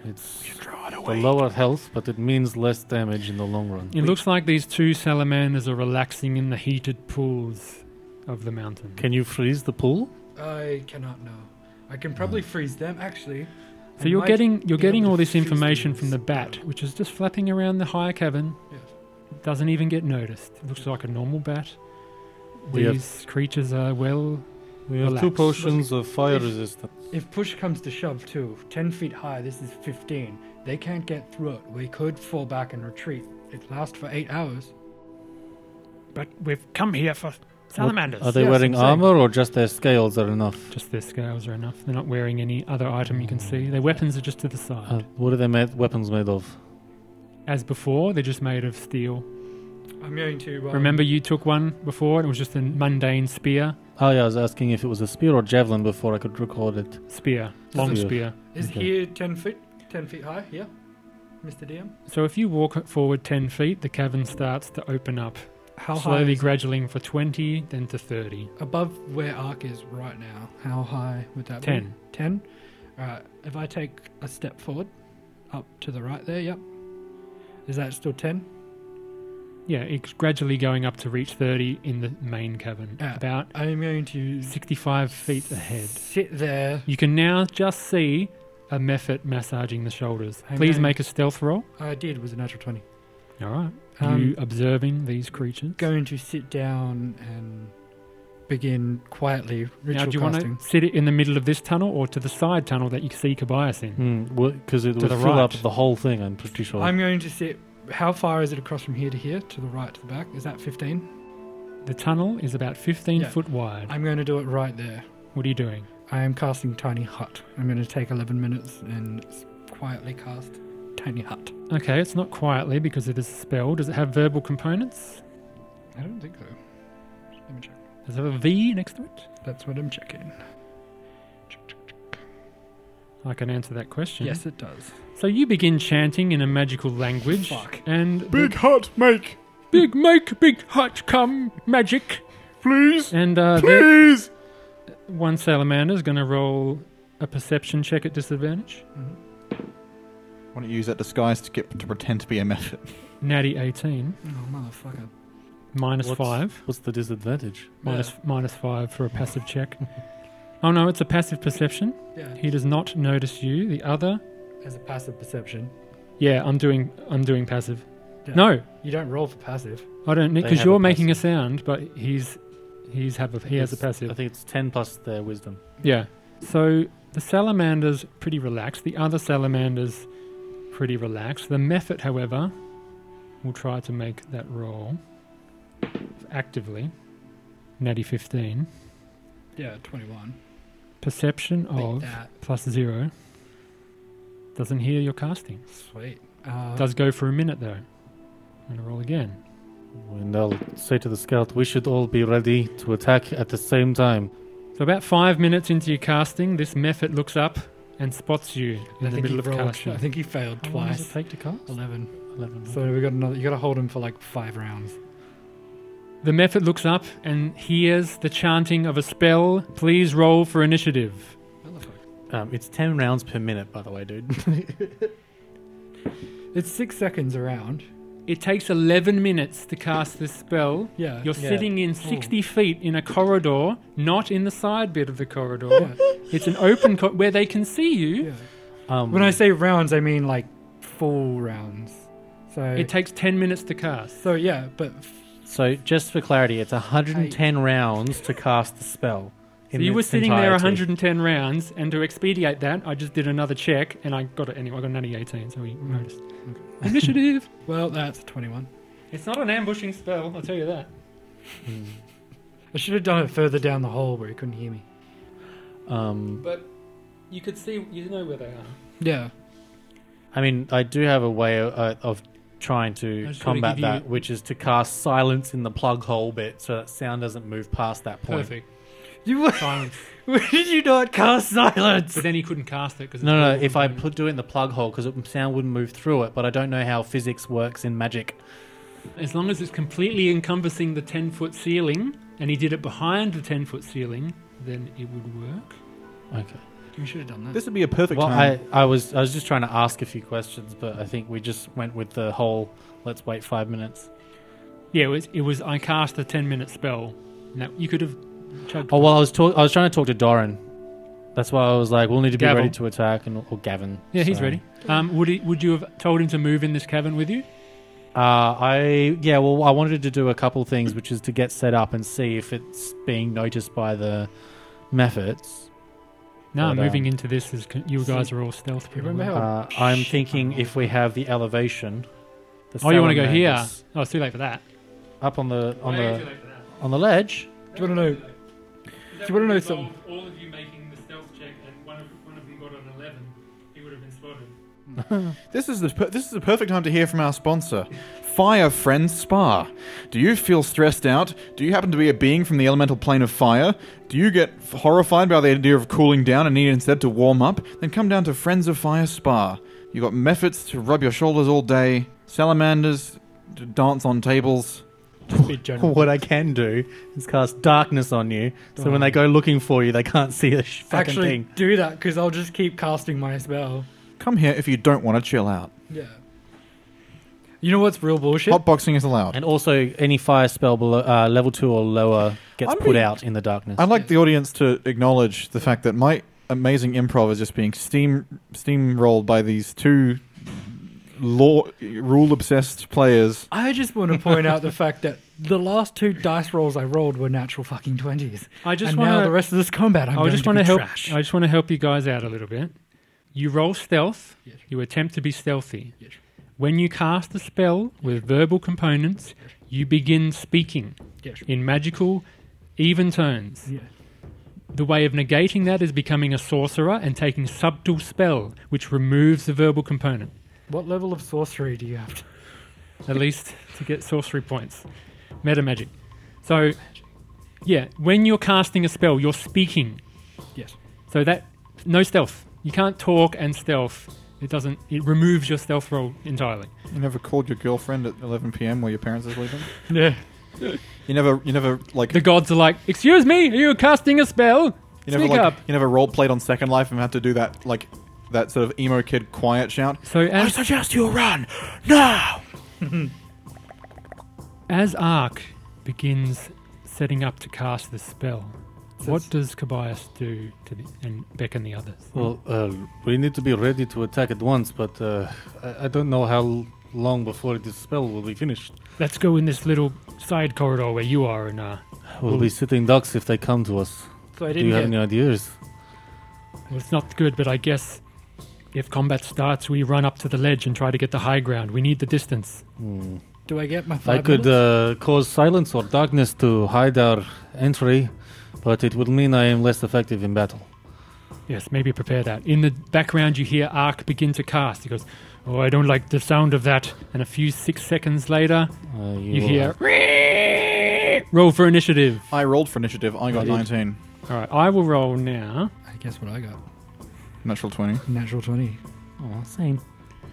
[SPEAKER 3] It's
[SPEAKER 1] Draw it
[SPEAKER 3] the
[SPEAKER 1] away.
[SPEAKER 3] lower health, but it means less damage in the long run.
[SPEAKER 2] It looks like these two salamanders are relaxing in the heated pools of the mountain.
[SPEAKER 3] Can you freeze the pool?
[SPEAKER 4] I cannot know. I can probably freeze them actually.
[SPEAKER 2] So
[SPEAKER 4] I
[SPEAKER 2] you're
[SPEAKER 4] might
[SPEAKER 2] getting you're
[SPEAKER 4] be
[SPEAKER 2] getting
[SPEAKER 4] able to
[SPEAKER 2] all this
[SPEAKER 4] freeze
[SPEAKER 2] information
[SPEAKER 4] them
[SPEAKER 2] from the
[SPEAKER 4] with-
[SPEAKER 2] bat, which is just flapping around the higher cavern.
[SPEAKER 4] Yes.
[SPEAKER 2] Doesn't even get noticed. It looks like a normal bat.
[SPEAKER 3] We have-
[SPEAKER 2] These creatures are well.
[SPEAKER 3] We have two
[SPEAKER 2] Relax.
[SPEAKER 3] potions of fire
[SPEAKER 4] If-
[SPEAKER 3] resistance.
[SPEAKER 4] If push comes to shove, too, ten feet high. This is fifteen. They can't get through it. We could fall back and retreat. It lasts for eight hours.
[SPEAKER 6] But we've come here for salamanders.
[SPEAKER 3] Are they
[SPEAKER 4] Yes,
[SPEAKER 3] wearing
[SPEAKER 4] exactly.
[SPEAKER 3] armor or just their scales are enough?
[SPEAKER 2] Just their scales are enough. They're not wearing any other item you can see. Their weapons are just to the side.
[SPEAKER 3] Uh, what are their ma- weapons made of?
[SPEAKER 2] As before, they're just made of steel.
[SPEAKER 4] I'm going to um,
[SPEAKER 2] Remember, you took one before, and it was just a mundane spear.
[SPEAKER 3] Oh yeah, I was asking if it was a spear or javelin before I could record it.
[SPEAKER 2] Spear, long
[SPEAKER 3] Spear.
[SPEAKER 2] spear.
[SPEAKER 4] Is
[SPEAKER 3] Okay.
[SPEAKER 4] he ten feet? Ten feet high? Yeah, Mr. DM.
[SPEAKER 2] So if you walk forward 10 feet, the cavern starts to open up,
[SPEAKER 4] How
[SPEAKER 2] slowly
[SPEAKER 4] high?
[SPEAKER 2] graduating for 20, then to 30.
[SPEAKER 4] Is, above where Ark is right now. How high would that be?
[SPEAKER 2] 10.
[SPEAKER 4] Ten. All right. If I take a step forward, up to the right there. Yep. Is that still ten?
[SPEAKER 2] Yeah, it's gradually going up to reach 30 in the main cavern,
[SPEAKER 4] Yeah.
[SPEAKER 2] about
[SPEAKER 4] I'm going to
[SPEAKER 2] 65 feet ahead.
[SPEAKER 4] Sit there.
[SPEAKER 2] You can now just see a Mephit massaging the shoulders.
[SPEAKER 4] Hang
[SPEAKER 2] Please
[SPEAKER 4] on.
[SPEAKER 2] make a stealth roll.
[SPEAKER 4] I did was a natural twenty.
[SPEAKER 2] All right.
[SPEAKER 4] Um,
[SPEAKER 2] you observing these creatures?
[SPEAKER 4] Going to sit down and begin quietly ritual
[SPEAKER 2] now, do you want
[SPEAKER 4] casting.
[SPEAKER 2] to sit it in the middle of this tunnel or to the side tunnel that you see Kobayas in?
[SPEAKER 3] Because Hmm, it
[SPEAKER 2] To
[SPEAKER 3] would
[SPEAKER 2] the
[SPEAKER 3] fill up
[SPEAKER 2] right.
[SPEAKER 3] the whole thing. I'm pretty sure.
[SPEAKER 4] I'm going to sit. How far is it across from here to here? To the right, to the back? Is that 15?
[SPEAKER 2] The tunnel is about 15
[SPEAKER 4] Yeah.
[SPEAKER 2] foot wide.
[SPEAKER 4] I'm going to do it right there.
[SPEAKER 2] What are you doing?
[SPEAKER 4] I am casting Tiny Hut. I'm going to take 11 minutes and s- quietly cast Tiny Hut.
[SPEAKER 2] Okay, it's not quietly because it is a spell. Does it have verbal components?
[SPEAKER 4] I don't think so. Let me check.
[SPEAKER 2] Does it have a V next to it?
[SPEAKER 4] That's what I'm checking.
[SPEAKER 2] I can answer that question.
[SPEAKER 4] Yes, it does.
[SPEAKER 2] So you begin chanting in a magical language.
[SPEAKER 4] Fuck.
[SPEAKER 2] And
[SPEAKER 5] Big hut, make,
[SPEAKER 2] big make big hut come magic.
[SPEAKER 5] please,
[SPEAKER 2] And uh, the-
[SPEAKER 5] please.
[SPEAKER 2] one salamander is going to roll a perception check at disadvantage.
[SPEAKER 4] Mm-hmm.
[SPEAKER 1] Why don't you use that disguise to get to pretend to be a method?
[SPEAKER 2] Natty 18
[SPEAKER 4] Oh, motherfucker.
[SPEAKER 2] minus
[SPEAKER 3] What's-
[SPEAKER 2] five.
[SPEAKER 3] What's the disadvantage?
[SPEAKER 2] Minus- minus five for a passive check. oh no, it's a passive perception.
[SPEAKER 4] Yeah.
[SPEAKER 2] He does not notice you. The other,
[SPEAKER 4] As a passive perception.
[SPEAKER 2] yeah, I'm doing I'm doing passive.
[SPEAKER 4] Yeah.
[SPEAKER 2] No,
[SPEAKER 4] You don't roll for passive.
[SPEAKER 2] I don't
[SPEAKER 3] They
[SPEAKER 2] because
[SPEAKER 3] have
[SPEAKER 2] you're
[SPEAKER 3] a
[SPEAKER 2] making a sound, but he's he's have a, he has a
[SPEAKER 3] It's- I
[SPEAKER 2] passive.
[SPEAKER 3] think it's ten plus their wisdom.
[SPEAKER 2] Yeah. So the salamander's pretty relaxed. The other salamander's pretty relaxed. The method, however, will try to make that roll actively. Natty fifteen
[SPEAKER 4] Yeah, Oh. 21.
[SPEAKER 2] perception
[SPEAKER 4] Beat
[SPEAKER 2] of
[SPEAKER 4] that.
[SPEAKER 2] plus zero. Doesn't hear your casting.
[SPEAKER 4] Sweet. Uh,
[SPEAKER 2] Does go for a minute though. I'm gonna roll again.
[SPEAKER 3] And I'll say to the scout, we should all be ready to attack at the same time.
[SPEAKER 2] So about five minutes into your casting, this method looks up and spots you in
[SPEAKER 4] I
[SPEAKER 2] the
[SPEAKER 4] think
[SPEAKER 2] middle
[SPEAKER 4] he
[SPEAKER 2] of
[SPEAKER 4] rolled-
[SPEAKER 2] casting.
[SPEAKER 4] I think he failed
[SPEAKER 2] How long does it
[SPEAKER 4] twice.
[SPEAKER 2] take to cast?
[SPEAKER 4] 11.
[SPEAKER 3] Eleven.
[SPEAKER 4] So we got another. You got to hold him for like five rounds.
[SPEAKER 2] The method looks up and hears the chanting of a spell. Please roll for initiative.
[SPEAKER 3] um, it's ten rounds per minute, by the way, dude.
[SPEAKER 4] It's six seconds around.
[SPEAKER 2] It takes 11 minutes to cast this spell.
[SPEAKER 4] Yeah.
[SPEAKER 2] You're
[SPEAKER 3] Yeah.
[SPEAKER 2] sitting in 60 feet in a corridor, not in the side bit of the corridor.
[SPEAKER 4] Yeah.
[SPEAKER 2] It's an open co- where they can see you.
[SPEAKER 4] yeah.
[SPEAKER 3] Um,
[SPEAKER 4] When I say rounds, I mean like full rounds. So
[SPEAKER 2] It takes 10 minutes to cast.
[SPEAKER 4] so yeah, but f-
[SPEAKER 3] so just for clarity, it's 110 rounds to cast the spell.
[SPEAKER 2] So
[SPEAKER 3] in
[SPEAKER 2] you were
[SPEAKER 3] its
[SPEAKER 2] sitting there
[SPEAKER 3] entirety.
[SPEAKER 2] 110 rounds, and to expedite that, I just did another check, and I got it anyway. I got an 18, so we noticed. Initiative.
[SPEAKER 4] well, that's twenty-one.
[SPEAKER 2] It's not an ambushing spell, I'll tell you that.
[SPEAKER 4] I should have done it further down the hall where he couldn't hear me.
[SPEAKER 3] Um,
[SPEAKER 2] But you could see, you know where they are.
[SPEAKER 4] Yeah.
[SPEAKER 3] I mean, I do have a way of, uh, of trying
[SPEAKER 2] I
[SPEAKER 3] to
[SPEAKER 2] just wanna
[SPEAKER 3] combat
[SPEAKER 2] give
[SPEAKER 3] that,
[SPEAKER 2] you-
[SPEAKER 3] which is to cast silence in the plug hole bit, so that sound doesn't move past that point.
[SPEAKER 2] Perfect.
[SPEAKER 4] You were.
[SPEAKER 2] Silence.
[SPEAKER 3] Did you not cast silence?
[SPEAKER 2] But then he couldn't cast it because
[SPEAKER 3] No, no. If I put do it in the plug hole, because sound wouldn't move through it. But I don't know how physics works in magic.
[SPEAKER 2] as long as it's completely encompassing the 10 foot ceiling, and he did it behind the 10 foot ceiling, then it would work.
[SPEAKER 3] Okay.
[SPEAKER 4] You should have done that.
[SPEAKER 1] This would be a perfect
[SPEAKER 3] Well,
[SPEAKER 1] time.
[SPEAKER 3] I, I was I was just trying to ask a few questions, but I think we just went with the whole let's wait five minutes.
[SPEAKER 2] Yeah, it was. It was I cast a 10 minute spell. Now you could have chugged.
[SPEAKER 3] Oh well, I was talk- I was trying to talk to Doran. That's why I was like, we'll need to be
[SPEAKER 2] Gavin.
[SPEAKER 3] ready to attack, and or Gavin.
[SPEAKER 2] Yeah, he's
[SPEAKER 3] sorry.
[SPEAKER 2] ready. Um, would he, would you have told him to move in this cavern with you?
[SPEAKER 3] Uh, I yeah, well, I wanted to do a couple things, which is to get set up and see if it's being noticed by the methods.
[SPEAKER 2] No,
[SPEAKER 3] But,
[SPEAKER 2] moving
[SPEAKER 3] um,
[SPEAKER 2] into this is con- you guys are all stealth.
[SPEAKER 4] You
[SPEAKER 2] pretty
[SPEAKER 4] remember
[SPEAKER 2] well.
[SPEAKER 4] how
[SPEAKER 3] Uh, I'm thinking if we have the elevation. The
[SPEAKER 2] Oh, you want to go here?
[SPEAKER 3] salamanders
[SPEAKER 2] Oh, it's too late for that.
[SPEAKER 3] Up on the on the on the ledge.
[SPEAKER 4] Do you want to know? that you wanna know would involve
[SPEAKER 2] All of you making the stealth check, and one of, one of them got an 11. He would have been spotted.
[SPEAKER 1] This is the per- this is the perfect time to hear from our sponsor, Fire Friends Spa. Do you feel stressed out? Do you happen to be a being from the elemental plane of fire? Do you get f- horrified by the idea of cooling down and need instead to warm up? Then come down to Friends of Fire Spa. You got mephits to rub your shoulders all day, salamanders to dance on tables.
[SPEAKER 2] Big general.
[SPEAKER 3] What I can do is cast darkness on you, so when they go looking for you, they can't see a sh- fucking
[SPEAKER 4] actually
[SPEAKER 3] thing.
[SPEAKER 4] do that? Because I'll just keep casting my spell.
[SPEAKER 1] Come here if you don't want to chill out.
[SPEAKER 4] Yeah. You know what's real bullshit?
[SPEAKER 1] Hotboxing is allowed.
[SPEAKER 3] And also, any fire spell below uh, level two or lower gets
[SPEAKER 1] I'm
[SPEAKER 3] put
[SPEAKER 1] being-
[SPEAKER 3] out in the darkness.
[SPEAKER 1] I'd like the audience to acknowledge the fact that my amazing improv is just being steam steamrolled by these two law rule obsessed players.
[SPEAKER 4] I just want to point out the fact that the last two dice rolls I rolled were natural fucking twenties.
[SPEAKER 2] I just
[SPEAKER 4] and
[SPEAKER 2] want
[SPEAKER 4] now the
[SPEAKER 2] to.
[SPEAKER 4] rest of this combat, I'm
[SPEAKER 2] I
[SPEAKER 4] going
[SPEAKER 2] just
[SPEAKER 4] to
[SPEAKER 2] want
[SPEAKER 4] be
[SPEAKER 2] to help.
[SPEAKER 4] trash.
[SPEAKER 2] I just want to help you guys out a little bit. You roll stealth.
[SPEAKER 4] Yes.
[SPEAKER 2] You attempt to be stealthy.
[SPEAKER 4] Yes.
[SPEAKER 2] When you cast a spell with verbal components, you begin speaking
[SPEAKER 4] Yes.
[SPEAKER 2] in magical, even tones.
[SPEAKER 4] Yeah.
[SPEAKER 2] The way of negating that is becoming a sorcerer and taking subtle spell, which removes the verbal component,
[SPEAKER 4] What level of sorcery do you have? To-
[SPEAKER 2] at least to get sorcery points. Meta magic. So, yeah, when you're casting a spell, you're speaking.
[SPEAKER 4] yes.
[SPEAKER 2] So that no stealth. You can't talk and stealth. It doesn't. It removes your stealth roll entirely.
[SPEAKER 1] You never called your girlfriend at 11 p.m. while your parents are sleeping.
[SPEAKER 4] Yeah.
[SPEAKER 1] You never, you never like,
[SPEAKER 2] The
[SPEAKER 1] you
[SPEAKER 2] gods are like, "Excuse me, are you casting a spell?
[SPEAKER 1] never
[SPEAKER 2] Speak
[SPEAKER 1] like,
[SPEAKER 2] up."
[SPEAKER 1] you never role played on Second Life and had to do that like that sort of emo kid quiet shout.
[SPEAKER 2] So
[SPEAKER 1] I
[SPEAKER 2] as
[SPEAKER 1] suggest you run now.
[SPEAKER 2] as Ark begins setting up to cast this spell, what does Kobayas do to the, and beckon the others?
[SPEAKER 3] Well, uh, we need to be ready to attack at once, but uh, I, I don't know how l- long before this spell will be finished.
[SPEAKER 2] Let's go in this little side corridor where you are, and uh,
[SPEAKER 3] We'll be sitting ducks if they come to us.
[SPEAKER 4] So I
[SPEAKER 3] Do you have
[SPEAKER 4] didn't
[SPEAKER 3] any
[SPEAKER 4] get.
[SPEAKER 3] ideas?
[SPEAKER 2] well, it's not good. But I guess if combat starts, we run up to the ledge and try to get the high ground. We need the distance.
[SPEAKER 3] Hmm.
[SPEAKER 4] Do I get my?
[SPEAKER 3] I
[SPEAKER 4] Five
[SPEAKER 3] could
[SPEAKER 4] minutes?
[SPEAKER 3] uh, cause silence or darkness to hide our entry, but it would mean I am less effective in battle.
[SPEAKER 2] Yes, maybe prepare that. In the background, you hear Ark begin to cast. He goes, Oh, I don't like the sound of that. And a few six seconds later,
[SPEAKER 3] Uh,
[SPEAKER 2] you
[SPEAKER 3] will
[SPEAKER 2] hear. Roll for initiative.
[SPEAKER 1] I rolled for initiative. I got
[SPEAKER 3] did.
[SPEAKER 1] 19,
[SPEAKER 2] All right, I will roll now.
[SPEAKER 3] uh,
[SPEAKER 4] I guess what I got.
[SPEAKER 1] natural 20.
[SPEAKER 4] Natural twenty.
[SPEAKER 3] have- Oh, same.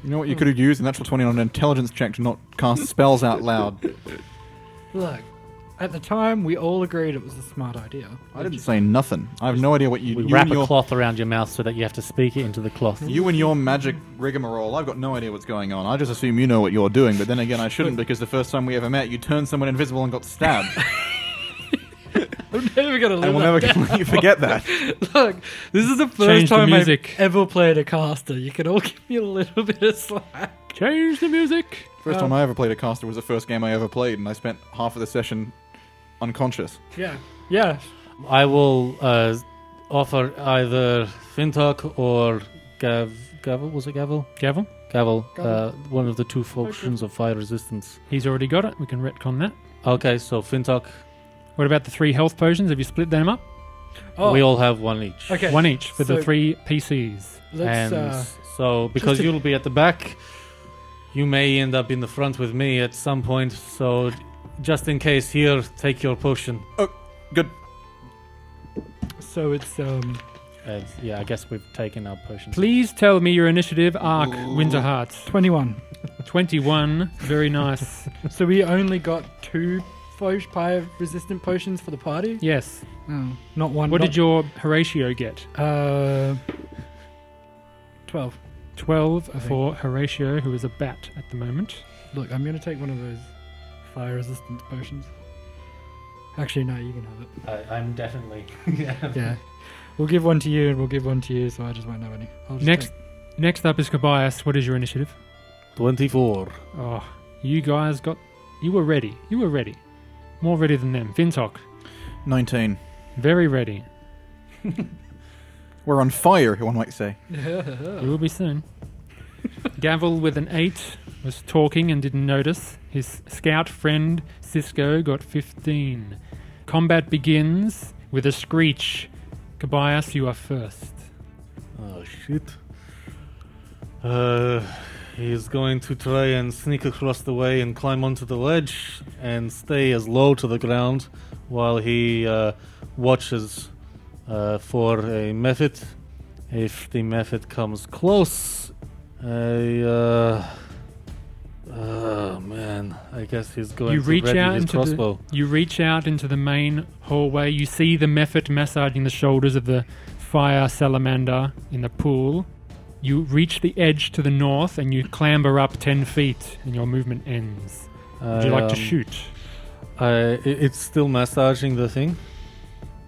[SPEAKER 1] You know what? You could have used a natural 20 on an intelligence check to not cast spells out loud.
[SPEAKER 4] Look, at the time we all agreed it was a smart idea.
[SPEAKER 1] I didn't say nothing. I have no idea what you
[SPEAKER 3] We
[SPEAKER 1] you
[SPEAKER 3] wrap
[SPEAKER 1] and
[SPEAKER 3] a
[SPEAKER 1] your
[SPEAKER 3] cloth around your mouth so that you have to speak it into the cloth.
[SPEAKER 1] you and your magic rigmarole. I've got no idea what's going on. I just assume you know what you're doing, but then again, I shouldn't because the first time we ever met, you turned someone invisible and got stabbed,
[SPEAKER 4] I'm never gonna live
[SPEAKER 1] and we'll
[SPEAKER 4] that
[SPEAKER 1] never completely forget that.
[SPEAKER 4] Look, this is the first
[SPEAKER 2] Change the
[SPEAKER 4] time
[SPEAKER 2] music.
[SPEAKER 4] I've ever played a caster. You can all give me a little bit of slack.
[SPEAKER 2] Change the music.
[SPEAKER 1] First
[SPEAKER 5] Oh.
[SPEAKER 1] time I ever played a caster was the first game I ever played, and I spent half of the session unconscious.
[SPEAKER 4] Yeah. Yeah.
[SPEAKER 3] I will uh, offer either Fintok or Gav. Gavel? Was it Gavel?
[SPEAKER 2] Gavel,
[SPEAKER 3] Gavel. Uh, one of the two functions of fire resistance.
[SPEAKER 2] he's already got it. We can retcon that.
[SPEAKER 3] Okay, so Fintok,
[SPEAKER 2] What about the three health potions? Have you split them up?
[SPEAKER 4] Oh,
[SPEAKER 3] we all have one each.
[SPEAKER 4] okay.
[SPEAKER 2] One each for the
[SPEAKER 4] So-
[SPEAKER 2] three PCs.
[SPEAKER 4] Let's.
[SPEAKER 3] and
[SPEAKER 4] Uh,
[SPEAKER 3] so, because
[SPEAKER 4] to-
[SPEAKER 3] you'll be at the back, you may end up in the front with me at some point. So, just in case, here, take your potion.
[SPEAKER 1] Good.
[SPEAKER 4] so it's um.
[SPEAKER 3] And yeah, I guess we've taken our potions.
[SPEAKER 2] Please tell me your initiative, Ark Winter Hearts.
[SPEAKER 4] 21.
[SPEAKER 2] 21. Very nice.
[SPEAKER 4] so we only got two fo- fire resistant potions for the party?
[SPEAKER 2] yes.
[SPEAKER 4] No, not one.
[SPEAKER 2] What
[SPEAKER 4] not,
[SPEAKER 2] did your Horatio get?
[SPEAKER 4] Uh, 12.
[SPEAKER 2] 12
[SPEAKER 4] think.
[SPEAKER 2] for Horatio, who is a bat at the moment.
[SPEAKER 4] Look, I'm going to take one of those fire resistant potions. Actually, no, you can have it.
[SPEAKER 3] I, I'm definitely.
[SPEAKER 4] Yeah. We'll give one to you and we'll give one to you, so I just won't have any. I'll just
[SPEAKER 2] Next,
[SPEAKER 4] take-
[SPEAKER 2] next up is Kobayas. What is your initiative?
[SPEAKER 3] 24.
[SPEAKER 2] Oh, you guys got. You were ready. You were ready. More ready than them. Vintok,
[SPEAKER 1] 19.
[SPEAKER 2] very ready.
[SPEAKER 1] We're on fire, one might say.
[SPEAKER 2] We will be soon. Gavel with an eight was talking and didn't notice. His scout friend Cisco got 15. Combat begins with a screech. Kobayas, you are first.
[SPEAKER 3] Oh shit. Uh, he's going to try and sneak across the way and climb onto the ledge and stay as low to the ground while he uh, watches uh, for a method. If the method comes close, I uh, oh man, I guess he's going
[SPEAKER 2] you
[SPEAKER 3] to
[SPEAKER 2] reach
[SPEAKER 3] ready
[SPEAKER 2] out
[SPEAKER 3] his
[SPEAKER 2] into
[SPEAKER 3] crossbow.
[SPEAKER 2] the you reach out into the main hallway. You see the Mephit massaging the shoulders of the fire salamander in the pool. You reach the edge to the north and you clamber up ten feet, and your movement ends. Would you
[SPEAKER 3] I,
[SPEAKER 2] like to
[SPEAKER 3] um,
[SPEAKER 2] shoot?
[SPEAKER 3] I, it- it's still massaging the thing,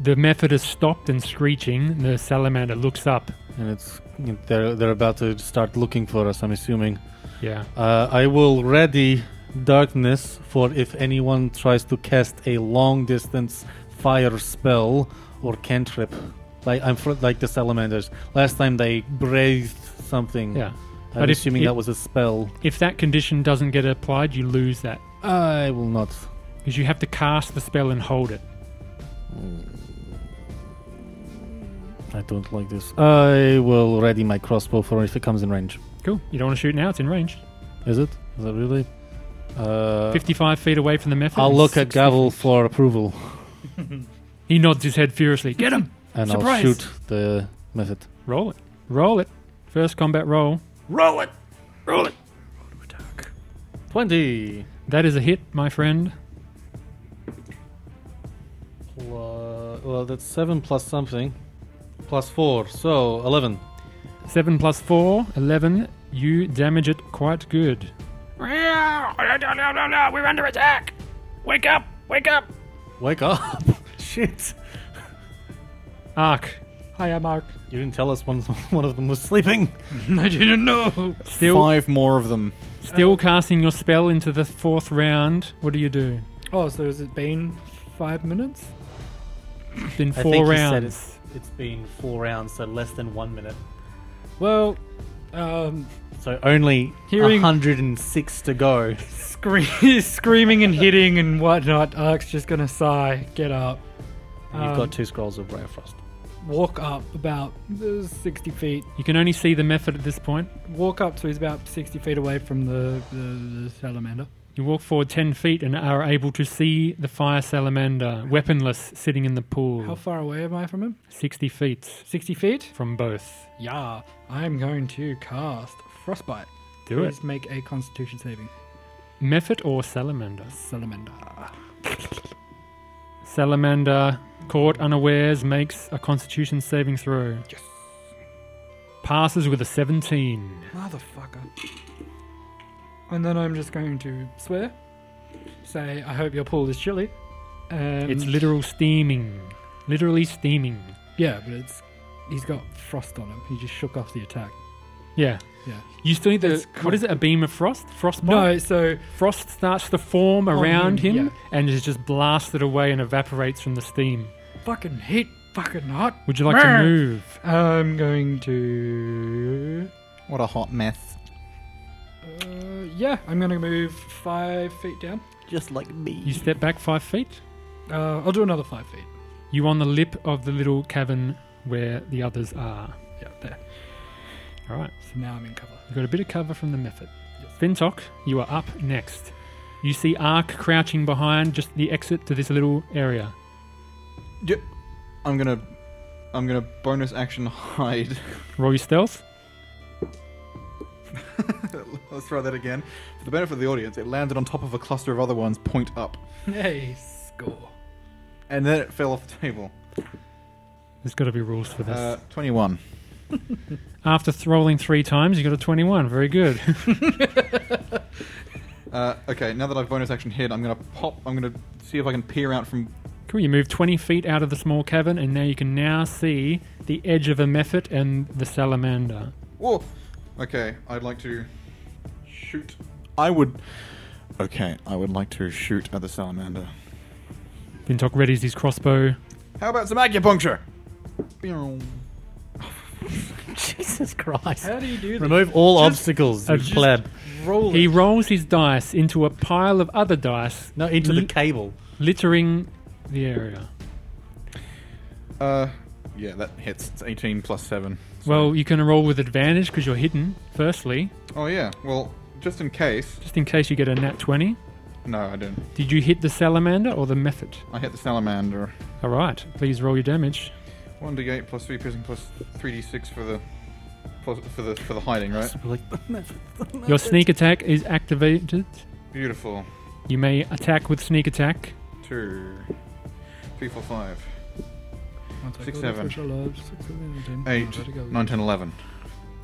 [SPEAKER 2] The method is stopped and screeching. The salamander looks up.
[SPEAKER 3] and it's they're they're about to start looking for us. I'm assuming.
[SPEAKER 2] Yeah.
[SPEAKER 3] Uh, I will ready darkness for if anyone tries to cast a long distance fire spell or cantrip. Like I'm fr- like the salamanders. Last time they breathed something.
[SPEAKER 2] Yeah.
[SPEAKER 3] I'm
[SPEAKER 2] But if
[SPEAKER 3] assuming
[SPEAKER 2] it-
[SPEAKER 3] that was a spell.
[SPEAKER 2] If that condition doesn't get applied, you lose that
[SPEAKER 3] I will not.
[SPEAKER 2] because you have to cast the spell and hold it.
[SPEAKER 3] I don't like this. I will ready my crossbow for if it comes in range.
[SPEAKER 2] Cool. You don't want to shoot now. It's in range.
[SPEAKER 3] Is it? Is that really? Uh,
[SPEAKER 2] 55 feet away from the method.
[SPEAKER 3] I'll
[SPEAKER 2] and
[SPEAKER 3] look at
[SPEAKER 2] 60
[SPEAKER 3] Gavel for approval,
[SPEAKER 2] He nods his head furiously. Get him!
[SPEAKER 3] and I'll
[SPEAKER 2] Surprise!
[SPEAKER 3] shoot the method.
[SPEAKER 2] Roll it. Roll it. First combat roll.
[SPEAKER 6] Roll it. Roll it.
[SPEAKER 3] Twenty.
[SPEAKER 2] That is a hit, my friend.
[SPEAKER 3] Plus, well, that's seven plus something, plus four, so eleven.
[SPEAKER 2] 7 plus 4, 11. You damage it quite good.
[SPEAKER 6] We're under attack. Wake up. Wake up.
[SPEAKER 3] Wake up! Shit!
[SPEAKER 2] Ark.
[SPEAKER 4] Hiya, Mark.
[SPEAKER 3] You didn't tell us one one of them was sleeping.
[SPEAKER 4] I didn't know.
[SPEAKER 2] Still,
[SPEAKER 1] Five more of them.
[SPEAKER 2] still casting your spell into the fourth round. What do you do?
[SPEAKER 4] Oh, so is it Bane five minutes?
[SPEAKER 2] It's been
[SPEAKER 3] I
[SPEAKER 2] four
[SPEAKER 3] think he said
[SPEAKER 2] rounds.
[SPEAKER 3] it's, it's been four rounds, so less than one minute.
[SPEAKER 4] Well, um,
[SPEAKER 3] So only
[SPEAKER 4] Hearing-
[SPEAKER 3] hundred and six to go.
[SPEAKER 4] scree- screaming and hitting and whatnot. Ark's just gonna sigh, get up,
[SPEAKER 3] And You've
[SPEAKER 4] Um,
[SPEAKER 3] got two scrolls of ray of frost.
[SPEAKER 4] walk up about uh, 60 feet,
[SPEAKER 2] You can only see the method at this point.
[SPEAKER 4] walk up so he's about 60 feet away from the, the, the salamander.
[SPEAKER 2] You walk forward 10 feet and are able to see the fire salamander, weaponless, sitting in the pool.
[SPEAKER 4] How far away am I from him?
[SPEAKER 2] 60 feet
[SPEAKER 4] 60 feet?
[SPEAKER 2] from both.
[SPEAKER 4] Yeah, I'm going to cast Frostbite.
[SPEAKER 2] Do it.
[SPEAKER 4] Please make a constitution saving.
[SPEAKER 2] Method or salamander?
[SPEAKER 4] Salamander.
[SPEAKER 2] Salamander, caught unawares, makes a constitution saving throw.
[SPEAKER 4] Yes.
[SPEAKER 2] Passes with a 17.
[SPEAKER 4] Motherfucker. And then I'm just going to swear, say, I hope your pool is chilly. Um, And
[SPEAKER 2] It's literal steaming. Literally steaming.
[SPEAKER 4] yeah, but it's he's got frost on him. He just shook off the attack.
[SPEAKER 2] Yeah.
[SPEAKER 4] Yeah.
[SPEAKER 2] You still need the.
[SPEAKER 4] It's
[SPEAKER 2] What is it? A beam of frost? Frostbite?
[SPEAKER 4] No, so
[SPEAKER 2] Frost starts to form
[SPEAKER 4] On
[SPEAKER 2] around
[SPEAKER 4] him,
[SPEAKER 2] him,
[SPEAKER 4] yeah.
[SPEAKER 2] and is just blasted away and evaporates from the steam.
[SPEAKER 4] fucking heat, fucking hot.
[SPEAKER 2] Would you like to
[SPEAKER 4] Brr.
[SPEAKER 2] move?
[SPEAKER 4] I'm going to.
[SPEAKER 1] What a hot mess.
[SPEAKER 4] Uh, yeah, I'm going to move five feet down.
[SPEAKER 5] Just like me.
[SPEAKER 2] You step back five feet.
[SPEAKER 4] Uh, I'll do another five feet.
[SPEAKER 2] You on the lip of the little cavern where the others are.
[SPEAKER 4] Yeah, there.
[SPEAKER 2] All right.
[SPEAKER 4] So now I'm in cover.
[SPEAKER 2] You've got a bit of cover from the method.
[SPEAKER 4] Yes.
[SPEAKER 2] Fintok, you are up next. You see Ark crouching behind just the exit to this little area.
[SPEAKER 1] I'm gonna. I'm gonna bonus action hide.
[SPEAKER 2] Roll your stealth.
[SPEAKER 1] Let's try that again. For the benefit of the audience, it landed on top of a cluster of other ones, point up,
[SPEAKER 4] Hey, score.
[SPEAKER 1] and then it fell off the table.
[SPEAKER 2] There's got to be rules for this.
[SPEAKER 1] Uh, 21.
[SPEAKER 2] After th- rolling three times, you got a 21. Very good.
[SPEAKER 1] Uh, okay, now that I've bonus action hid, I'm gonna pop. I'm gonna see if I can peer out from.
[SPEAKER 2] cool. You move 20 feet out of the small cavern, and now you can now see the edge of a method and the salamander.
[SPEAKER 1] Whoa! Okay, I'd like to shoot. I would. Okay, I would like to shoot at the salamander.
[SPEAKER 2] Fintok readies his crossbow.
[SPEAKER 1] How about some acupuncture? Pew. Oh,
[SPEAKER 3] Jesus Christ.
[SPEAKER 4] How do you do that?
[SPEAKER 3] Remove all obstacles, you
[SPEAKER 2] just-
[SPEAKER 3] pleb.
[SPEAKER 4] Roll
[SPEAKER 2] He
[SPEAKER 4] it.
[SPEAKER 2] rolls his dice into a pile of other dice,
[SPEAKER 3] No, into the
[SPEAKER 2] L-
[SPEAKER 3] cable.
[SPEAKER 2] littering the area.
[SPEAKER 1] Uh, yeah, that hits. It's 18 plus 7. so-
[SPEAKER 2] Well, you can roll with advantage because you're hidden, firstly,
[SPEAKER 1] Oh, yeah. Well, just in case.
[SPEAKER 2] just in case you get a nat 20.
[SPEAKER 1] No, I didn't.
[SPEAKER 2] Did you hit the salamander or the method?
[SPEAKER 1] I hit the salamander.
[SPEAKER 2] All right, please roll your damage.
[SPEAKER 1] 1d8 plus 3 piercing plus 3d6 for the. plus- For the for the hiding, right?
[SPEAKER 2] Your sneak attack is activated.
[SPEAKER 1] Beautiful.
[SPEAKER 2] You may attack with sneak attack.
[SPEAKER 1] Two, three, four, five,
[SPEAKER 4] Once I
[SPEAKER 1] Six,
[SPEAKER 4] go there
[SPEAKER 1] seven.
[SPEAKER 4] for shallow, six, seven, ten. Oh,
[SPEAKER 1] eight,
[SPEAKER 4] where'd it go?
[SPEAKER 1] nine, ten, eleven.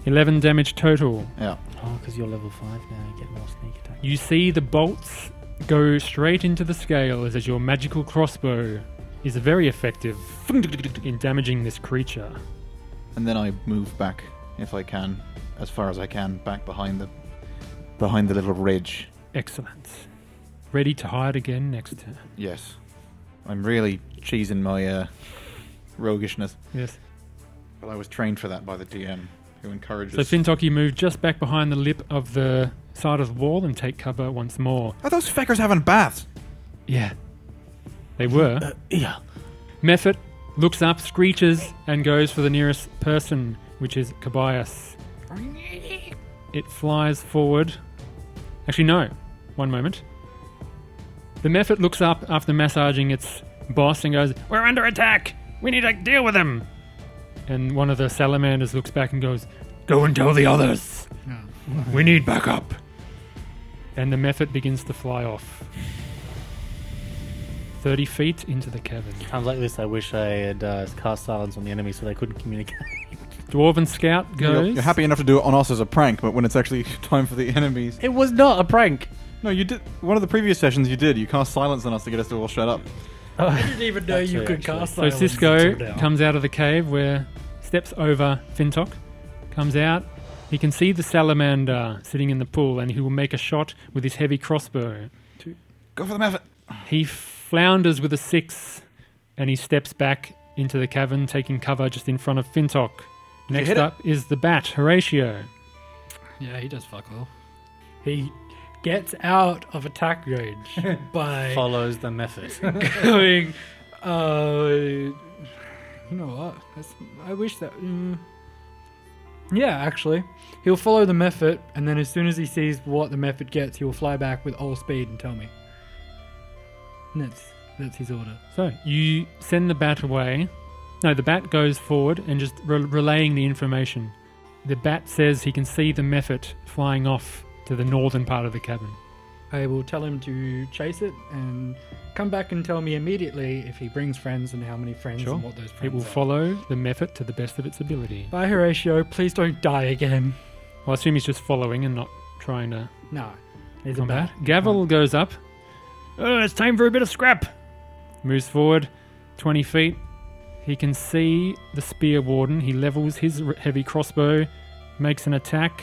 [SPEAKER 2] 11 damage total.
[SPEAKER 1] Yeah.
[SPEAKER 3] Oh, because you're level 5 now, you get more sneak attack.
[SPEAKER 2] You see the bolts go straight into the scales as your magical crossbow is very effective in damaging this creature.
[SPEAKER 1] And then I move back, if I can, as far as I can, back behind the behind the little ridge.
[SPEAKER 2] Excellent. Ready to hide again next turn.
[SPEAKER 1] Yes. I'm really cheesing my uh, roguishness,
[SPEAKER 2] Yes.
[SPEAKER 1] but I was trained for that by the DM, who encourages.
[SPEAKER 2] So Fintok, you move just back behind the lip of the side of the wall and take cover once more.
[SPEAKER 1] Are those feckers having baths?
[SPEAKER 2] Yeah. They were.
[SPEAKER 3] yeah.
[SPEAKER 2] Mephit looks up, screeches, and goes for the nearest person, which is Kobayas. It flies forward. Actually, no. One moment. The Mephit looks up after massaging its boss and goes,
[SPEAKER 6] We're under attack. We need to deal with them.
[SPEAKER 2] and one of the salamanders looks back and goes,
[SPEAKER 6] Go and tell the others.
[SPEAKER 4] No.
[SPEAKER 6] We need backup.
[SPEAKER 2] and the Mephit begins to fly off. 30 feet into the cavern.
[SPEAKER 3] Times like this, I wish I had uh, cast silence on the enemy so they couldn't communicate.
[SPEAKER 2] Dwarven Scout
[SPEAKER 1] You're,
[SPEAKER 2] goes.
[SPEAKER 1] you're happy enough to do it on us as a prank, but when it's actually time for the enemies,
[SPEAKER 3] It was not a prank.
[SPEAKER 1] no, you did. One of the previous sessions, you did. You cast silence on us to get us to all shut up.
[SPEAKER 4] I didn't even know
[SPEAKER 3] That's
[SPEAKER 4] you
[SPEAKER 3] it,
[SPEAKER 4] could
[SPEAKER 3] actually.
[SPEAKER 4] cast
[SPEAKER 2] So
[SPEAKER 4] silence
[SPEAKER 2] Cisco
[SPEAKER 4] until now.
[SPEAKER 2] comes out of the cave where steps over Fintok, comes out. He can see the salamander sitting in the pool and he will make a shot with his heavy crossbow.
[SPEAKER 1] Go for the method.
[SPEAKER 2] He flounders with a six and he steps back into the cavern, taking cover just in front of Fintok.
[SPEAKER 1] you
[SPEAKER 2] Next
[SPEAKER 1] hit it?
[SPEAKER 2] up is the bat, Horatio.
[SPEAKER 4] Yeah, he does fuck all. He gets out of attack range by
[SPEAKER 3] Follows the method.
[SPEAKER 4] going, uh, you know what? That's, I wish that. mm. Yeah, actually, he'll follow the method, and then as soon as he sees what the method gets, he will fly back with all speed and tell me. And that's that's his order.
[SPEAKER 2] So you send the bat away. No, the bat goes forward and just re- relaying the information. The bat says he can see the mephit flying off to the northern part of the cavern.
[SPEAKER 4] I will tell him to chase it and come back and tell me immediately if he brings friends and how many friends
[SPEAKER 2] Sure.
[SPEAKER 4] and what those friends
[SPEAKER 2] It will
[SPEAKER 4] are.
[SPEAKER 2] follow the method to the best of its ability.
[SPEAKER 4] Bye, Horatio. Please don't die again.
[SPEAKER 2] Well, I assume he's just following and not trying to
[SPEAKER 4] No, he's a bat.
[SPEAKER 2] combat. Gavel goes up,
[SPEAKER 6] Oh, it's time for a bit of scrap.
[SPEAKER 2] moves forward 20 feet. He can see the spear warden. He levels his r- heavy crossbow, makes an attack.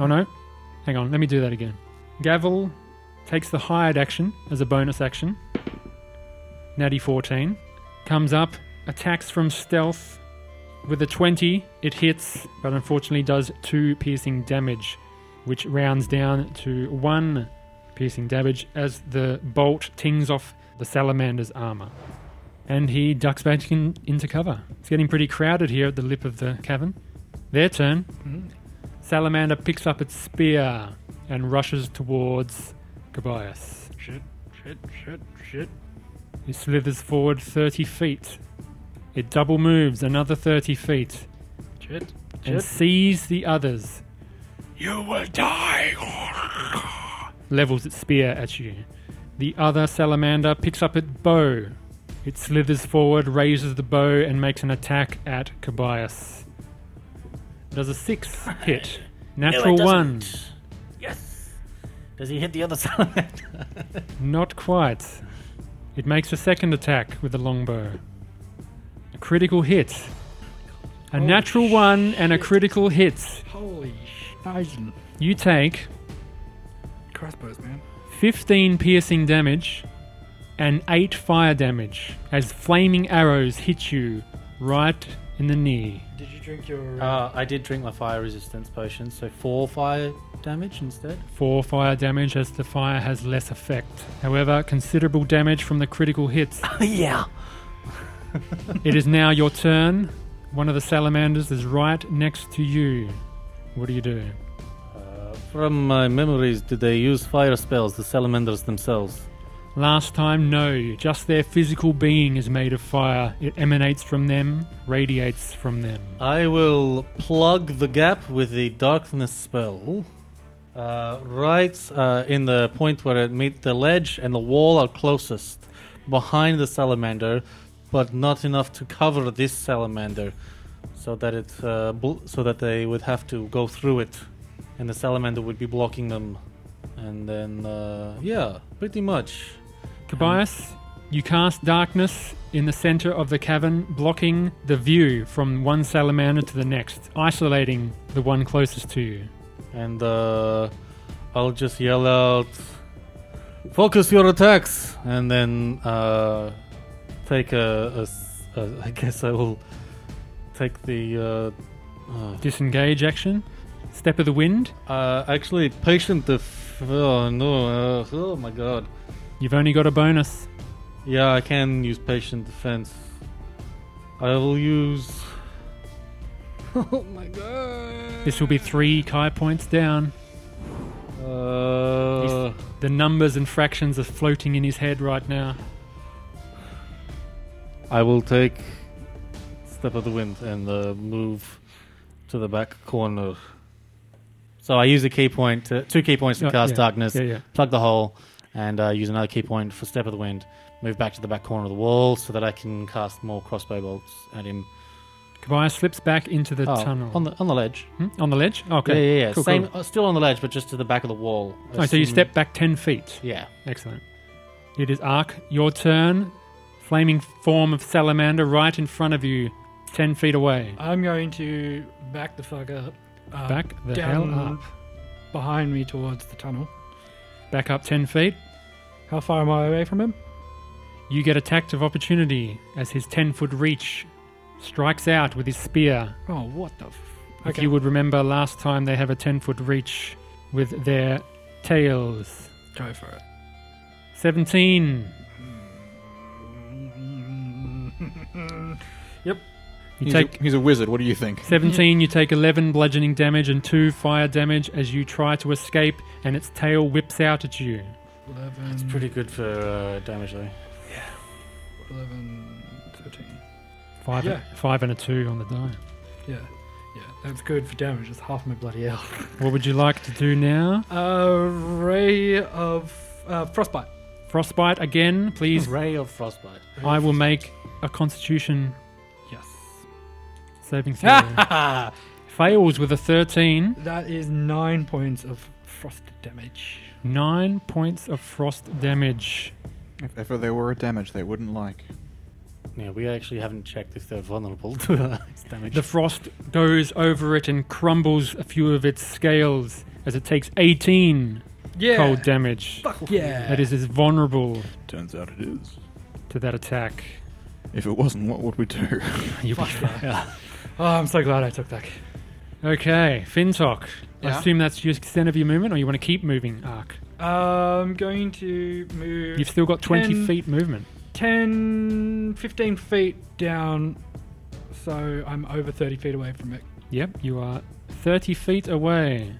[SPEAKER 2] Oh no. Hang on, let me do that again. Gavel takes the hired action as a bonus action. Natty 14. Comes up, attacks from stealth. With a 20, it hits, but unfortunately does 2 piercing damage, which rounds down to 1 piercing damage as the bolt tings off the salamander's armor. And he ducks back in, into cover. It's getting pretty crowded here at the lip of the cavern. Their turn.
[SPEAKER 4] Mhm.
[SPEAKER 2] Salamander picks up its spear and rushes towards Gobias.
[SPEAKER 6] Shit, shit, shit, shit.
[SPEAKER 2] It slithers forward 30 feet. It double moves another 30 feet
[SPEAKER 4] Shit.
[SPEAKER 2] and sees the others.
[SPEAKER 6] You will die.
[SPEAKER 2] levels its spear at you. The other salamander picks up its bow. It slithers forward, raises the bow, and makes an attack at Kobayas. Does a six hit? Natural one.
[SPEAKER 3] Yes. Does he hit the other salamander?
[SPEAKER 2] Not quite. It makes a second attack with a longbow. A critical hit. A
[SPEAKER 4] Holy
[SPEAKER 2] natural one and a
[SPEAKER 4] shit.
[SPEAKER 2] critical hit.
[SPEAKER 4] Holy shit.
[SPEAKER 2] You take
[SPEAKER 4] Crossbows, man.
[SPEAKER 2] 15 piercing damage and 8 fire damage as flaming arrows hit you right in the knee.
[SPEAKER 4] Did you drink your?
[SPEAKER 3] Uh, I did drink my fire resistance potion, so four fire damage instead.
[SPEAKER 2] Four fire damage as the fire has less effect. However, considerable damage from the critical hits.
[SPEAKER 3] yeah.
[SPEAKER 2] it is now your turn. One of the salamanders is right next to you. What do you do?
[SPEAKER 3] Uh, from my memories, did they use fire spells, the salamanders themselves?
[SPEAKER 2] Last time, no. Just their physical being is made of fire. It emanates from them, radiates from them.
[SPEAKER 3] I will plug the gap with the darkness spell. Uh, right uh, in the point where it meet the ledge and the wall are closest, behind the salamander, but not enough to cover this salamander, so that it uh, bl- so that they would have to go through it, and the salamander would be blocking them. And then uh, yeah, pretty much.
[SPEAKER 2] Tobias, you cast darkness in the center of the cavern, blocking the view from one salamander to the next, isolating the one closest to you.
[SPEAKER 3] And uh, I'll just yell out, "Focus your attacks!" And then uh, take a, a s- a- I guess I will take the. Uh, uh,
[SPEAKER 2] Disengage action. Step of the wind.
[SPEAKER 3] uh, actually, patient. The f- oh no! Uh, oh my god!
[SPEAKER 2] You've only got a bonus.
[SPEAKER 3] Yeah, I can use patient defense. I will use. oh my god!
[SPEAKER 2] This will be three Kai points down.
[SPEAKER 3] Uh,
[SPEAKER 2] The numbers and fractions are floating in his head right now.
[SPEAKER 3] I will take step of the wind and uh, move to the back corner. So I use a key point, to, two key points to
[SPEAKER 2] Yeah,
[SPEAKER 3] cast
[SPEAKER 2] yeah,
[SPEAKER 3] darkness,
[SPEAKER 2] Yeah, yeah.
[SPEAKER 3] plug the hole, and uh, use another key point for step of the wind. Move back to the back corner of the wall so that I can cast more crossbow bolts at him.
[SPEAKER 2] Tobias slips back into the
[SPEAKER 3] Oh,
[SPEAKER 2] tunnel.
[SPEAKER 3] on the on the ledge.
[SPEAKER 2] Hmm? On the ledge? Okay.
[SPEAKER 3] Yeah, yeah, yeah.
[SPEAKER 2] Cool,
[SPEAKER 3] Same,
[SPEAKER 2] cool.
[SPEAKER 3] uh, still on the ledge, but just to the back of the wall.
[SPEAKER 2] Oh, so you
[SPEAKER 3] Assume-
[SPEAKER 2] step back 10 feet.
[SPEAKER 3] Yeah.
[SPEAKER 2] Excellent. It is Ark, your turn. Flaming form of salamander right in front of you, 10 feet away.
[SPEAKER 4] I'm going to back the fuck up. Uh,
[SPEAKER 2] Back the
[SPEAKER 4] down
[SPEAKER 2] hell up.
[SPEAKER 4] behind me towards the tunnel.
[SPEAKER 2] Back up 10 feet.
[SPEAKER 4] How far am I away from him?
[SPEAKER 2] You get attacked of opportunity as his 10 foot reach strikes out with his spear.
[SPEAKER 4] Oh, what the? F-
[SPEAKER 2] If you would remember last time, they have a 10 foot reach with their tails.
[SPEAKER 4] go for it.
[SPEAKER 2] 17. You
[SPEAKER 1] he's,
[SPEAKER 2] take
[SPEAKER 1] a, he's a wizard. What do you think?
[SPEAKER 2] 17, you take 11 bludgeoning damage and 2 fire damage as you try to escape, and its tail whips out at you.
[SPEAKER 4] 11,
[SPEAKER 3] It's pretty good for uh, damage, though.
[SPEAKER 4] 11, 13.
[SPEAKER 2] Five,
[SPEAKER 4] Yeah.
[SPEAKER 2] five and a 2 on the die.
[SPEAKER 4] Yeah, yeah, that's good for damage. It's half my bloody health.
[SPEAKER 2] What would you like to do now?
[SPEAKER 4] Uh, ray of uh, frostbite.
[SPEAKER 2] Frostbite again, please.
[SPEAKER 3] Ray of frostbite.
[SPEAKER 2] I will make a constitution
[SPEAKER 4] Yes.
[SPEAKER 2] saving throw. Fails with a 13.
[SPEAKER 4] That is nine points of frost damage.
[SPEAKER 2] 9 points of frost damage.
[SPEAKER 1] If ever there were a damage they wouldn't like.
[SPEAKER 3] Yeah, we actually haven't checked if they're vulnerable to ice damage.
[SPEAKER 2] The frost goes over it and crumbles a few of its scales as it takes 18
[SPEAKER 4] Yeah.
[SPEAKER 2] cold damage.
[SPEAKER 4] Fuck yeah.
[SPEAKER 2] That is, is vulnerable
[SPEAKER 1] Turns out it is.
[SPEAKER 2] to that attack.
[SPEAKER 1] If it wasn't, what would we do?
[SPEAKER 2] You'll be fine.
[SPEAKER 4] Oh, I'm so glad I took that.
[SPEAKER 2] Okay, Fintok. I
[SPEAKER 1] Yeah.
[SPEAKER 2] assume that's your extent of your movement, or you want to keep moving, Ark.
[SPEAKER 4] I'm going to move
[SPEAKER 2] You've still got 20
[SPEAKER 4] Ten.
[SPEAKER 2] feet movement.
[SPEAKER 4] 10, 15 feet down, so I'm over 30 feet away from it.
[SPEAKER 2] Yep, you are 30 feet away.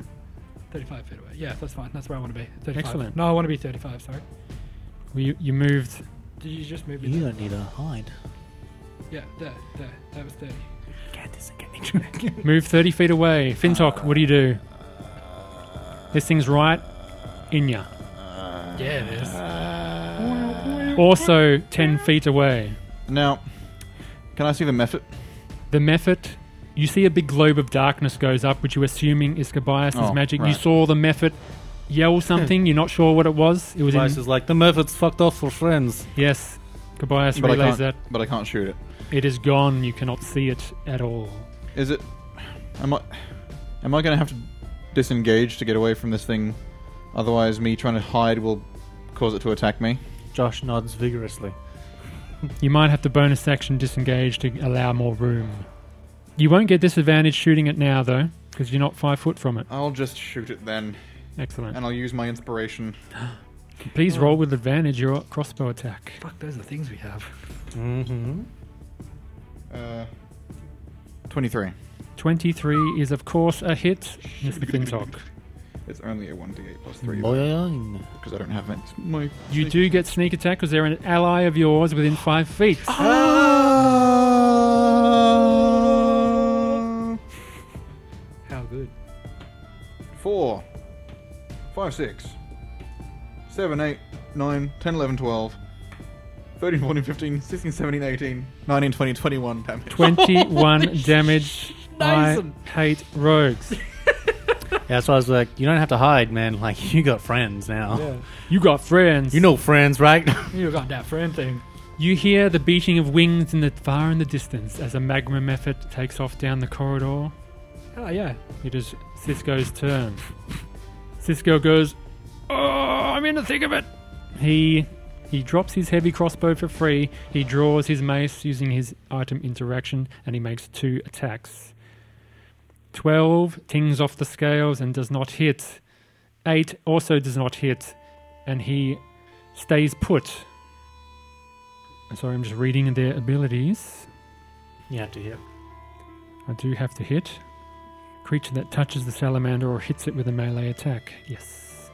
[SPEAKER 4] 35 feet away. Yeah, that's fine. That's where I want to be. 35.
[SPEAKER 2] Excellent.
[SPEAKER 4] No, I want to be 35, sorry.
[SPEAKER 2] Well, You, you moved.
[SPEAKER 4] Did you just move me
[SPEAKER 3] you
[SPEAKER 4] there?
[SPEAKER 3] don't need a hide.
[SPEAKER 4] Yeah, there, there. That was 30.
[SPEAKER 2] Move 30 feet away. Fintok, what do you do? This thing's right in ya.
[SPEAKER 4] Yeah, it is.
[SPEAKER 2] Also 10 feet away.
[SPEAKER 1] now, can I see the method?
[SPEAKER 2] The Mephit, you see a big globe of darkness goes up, which you're assuming is Kobayas's
[SPEAKER 1] Oh,
[SPEAKER 2] magic. You
[SPEAKER 1] right.
[SPEAKER 2] saw the Mephit yell something, you're not sure what it was. It was
[SPEAKER 3] Vice
[SPEAKER 2] in,
[SPEAKER 3] is like, the method's fucked off for friends.
[SPEAKER 2] Yes, Kobayas
[SPEAKER 1] But I
[SPEAKER 2] relays
[SPEAKER 1] can't-
[SPEAKER 2] that.
[SPEAKER 1] But I can't shoot it.
[SPEAKER 2] It is gone. You cannot see it at all.
[SPEAKER 1] Is it? Am I? Am I going to have to disengage to get away from this thing? Otherwise, me trying to hide will cause it to attack me.
[SPEAKER 3] Josh nods vigorously.
[SPEAKER 2] You might have to bonus action disengage to allow more room. You won't get disadvantage shooting it now, though, because you're not five foot from it.
[SPEAKER 1] I'll just shoot it then, Uh,
[SPEAKER 2] Excellent.
[SPEAKER 1] and Oh. I'll use my inspiration.
[SPEAKER 2] Please roll with advantage your crossbow attack.
[SPEAKER 4] Fuck, those are the things we have.
[SPEAKER 3] Mm-hmm.
[SPEAKER 1] Uh, 23.
[SPEAKER 2] 23 is, of course, a hit, Mr. Fintok.
[SPEAKER 1] It's only a 1d8 plus 3
[SPEAKER 3] Boing.
[SPEAKER 1] because I don't have it. My
[SPEAKER 2] You do get sneak attack because they're an ally of yours within five feet.
[SPEAKER 1] Oh.
[SPEAKER 4] How good.
[SPEAKER 1] Four, five, six, seven, eight, nine, 10, 11, 12, 13, 14, 15, 16, 17, 18, 19, 20, 21 damage.
[SPEAKER 2] 21 damage. I
[SPEAKER 4] Dyson.
[SPEAKER 2] hate rogues.
[SPEAKER 3] Yeah, so I was like, you don't have to hide, man. Like, you got friends now.
[SPEAKER 4] Yeah.
[SPEAKER 2] You got friends.
[SPEAKER 3] You know friends, right?
[SPEAKER 4] You got that friend thing.
[SPEAKER 2] You hear the beating of wings in the far in the distance as a magma method takes off down the corridor.
[SPEAKER 4] Oh, yeah.
[SPEAKER 2] It is Cisco's turn. Cisco goes, "Oh, I'm in the thick of it." He he drops his heavy crossbow for free. He draws his mace using his item interaction, and he makes two attacks. Twelve tings off the scales and does not hit. Eight also does not hit, and he stays put. Sorry, I'm just reading their abilities.
[SPEAKER 3] you have to hit.
[SPEAKER 2] I do have to hit. Creature that touches the salamander or hits it with a melee attack. Yes.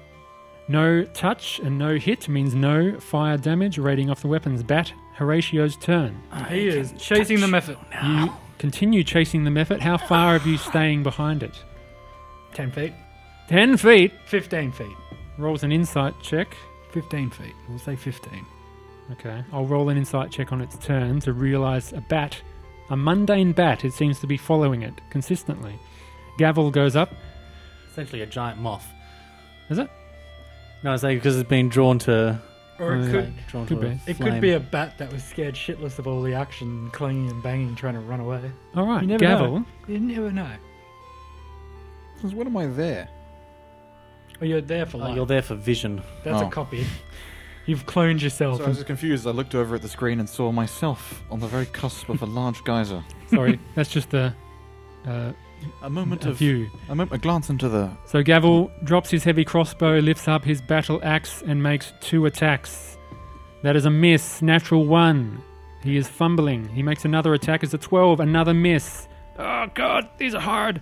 [SPEAKER 2] No touch and no hit means no fire damage rating off the weapons. Bat Horatio's turn.
[SPEAKER 4] He is chasing the method.
[SPEAKER 2] You continue chasing the method. How far are you staying behind it?
[SPEAKER 4] 10 feet.
[SPEAKER 2] 10 feet.
[SPEAKER 4] 15 feet.
[SPEAKER 2] Rolls an insight check.
[SPEAKER 4] 15 feet. We'll say 15.
[SPEAKER 2] Okay. I'll roll an insight check on its turn to realize a bat, a mundane bat, it seems to be following it consistently. Gavel goes up.
[SPEAKER 3] Essentially a giant moth.
[SPEAKER 2] Is it?
[SPEAKER 3] No, it's like because it's been drawn to.
[SPEAKER 4] Or it
[SPEAKER 2] Mm.
[SPEAKER 4] could.
[SPEAKER 3] drawn
[SPEAKER 2] Could
[SPEAKER 3] to a
[SPEAKER 2] be.
[SPEAKER 4] It
[SPEAKER 3] flame.
[SPEAKER 4] could be a bat that was scared shitless of all the action, clinging and banging, trying to run away.
[SPEAKER 2] All right.
[SPEAKER 4] You never know.
[SPEAKER 2] Gavel.
[SPEAKER 4] You never know.
[SPEAKER 1] Because What am I there?
[SPEAKER 4] Oh, you're there for life.
[SPEAKER 3] Oh, you're there for vision.
[SPEAKER 4] That's
[SPEAKER 1] Oh.
[SPEAKER 4] a copy. You've cloned yourself.
[SPEAKER 1] So I was just confused. I looked over at the screen and saw myself on the very cusp of a large geyser.
[SPEAKER 2] Sorry. That's just a. Uh,
[SPEAKER 1] A moment
[SPEAKER 2] a
[SPEAKER 1] of
[SPEAKER 2] view.
[SPEAKER 1] a, moment, a glance into the
[SPEAKER 2] So Gavel drops his heavy crossbow, lifts up his battle axe, and makes two attacks. That is a miss, natural one. He is fumbling. He makes another attack as a 12, another miss. Oh god, these are hard.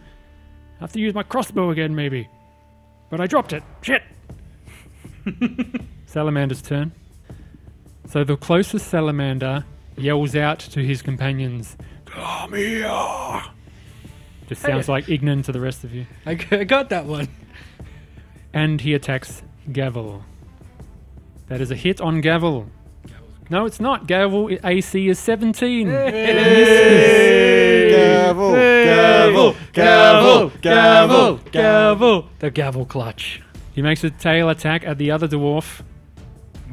[SPEAKER 2] I have to use my crossbow again, maybe. But I dropped it. Shit! Salamander's turn. So the closest salamander yells out to his companions. Come here! Just sounds like Ignan to the rest of you
[SPEAKER 4] I g- I got that one.
[SPEAKER 2] and he attacks Gavel. That is a hit on Gavel. No, it's not. Gavel i- AC is 17.
[SPEAKER 1] gavel, gavel, gavel, gavel,
[SPEAKER 4] Gavel. The gavel clutch.
[SPEAKER 2] He makes a tail attack at the other dwarf.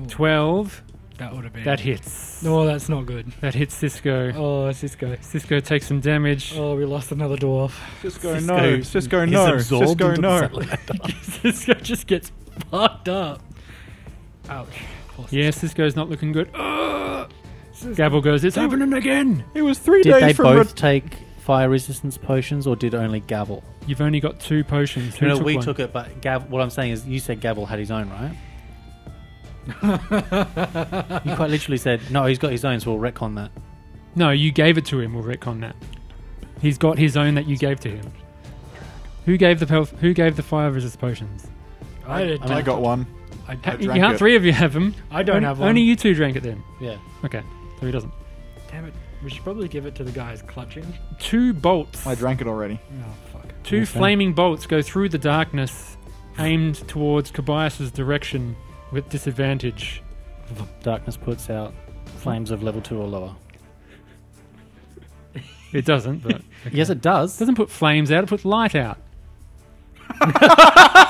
[SPEAKER 2] 12.
[SPEAKER 4] That would have been.
[SPEAKER 2] That hits.
[SPEAKER 4] No, that's not good.
[SPEAKER 2] That hits Cisco.
[SPEAKER 4] Oh, Cisco.
[SPEAKER 2] Cisco takes some damage.
[SPEAKER 4] Oh, we lost another dwarf.
[SPEAKER 1] Cisco, no, Cisco, no,
[SPEAKER 3] He's absorbed
[SPEAKER 1] Cisco,
[SPEAKER 3] into the
[SPEAKER 1] no.
[SPEAKER 3] satellite.
[SPEAKER 4] Cisco just gets fucked up. Ouch. Poor
[SPEAKER 2] Yeah, Cisco's not looking good. Ugh.
[SPEAKER 4] Cisco.
[SPEAKER 2] Gavel goes, It's happening again.
[SPEAKER 1] It was three
[SPEAKER 3] Did
[SPEAKER 1] days
[SPEAKER 3] they
[SPEAKER 1] from
[SPEAKER 3] both take fire resistance potions, or did only Gavel?
[SPEAKER 2] You've only got two potions. Who
[SPEAKER 3] No,
[SPEAKER 2] took
[SPEAKER 3] we
[SPEAKER 2] one?
[SPEAKER 3] took it, but Gav. What I'm saying is, you said Gavel had his own, right? you quite literally said, "No, he's got his own." So we'll retcon that.
[SPEAKER 2] No, you gave it to him. We'll retcon that. He's got his own that you gave to him. Who gave the pel- Who gave the fire resist potions?
[SPEAKER 4] I, did-
[SPEAKER 1] I got one.
[SPEAKER 4] I,
[SPEAKER 2] Ha-
[SPEAKER 1] I
[SPEAKER 2] you
[SPEAKER 1] drank
[SPEAKER 2] can't.
[SPEAKER 1] it.
[SPEAKER 2] Three of you have them.
[SPEAKER 4] I don't
[SPEAKER 2] only,
[SPEAKER 4] have one.
[SPEAKER 2] Only you two drank it then.
[SPEAKER 3] Yeah.
[SPEAKER 2] Okay, so he doesn't.
[SPEAKER 4] Damn it. We should probably give it to the guys clutching.
[SPEAKER 2] Two bolts.
[SPEAKER 1] I drank it already.
[SPEAKER 4] Oh, fuck.
[SPEAKER 2] Two
[SPEAKER 3] Okay.
[SPEAKER 2] flaming bolts go through the darkness, aimed towards Kobayashi's direction with disadvantage.
[SPEAKER 3] Darkness puts out flames of level two or lower.
[SPEAKER 2] It doesn't, but
[SPEAKER 3] Yes, it does.
[SPEAKER 2] doesn't put flames out. It puts light out.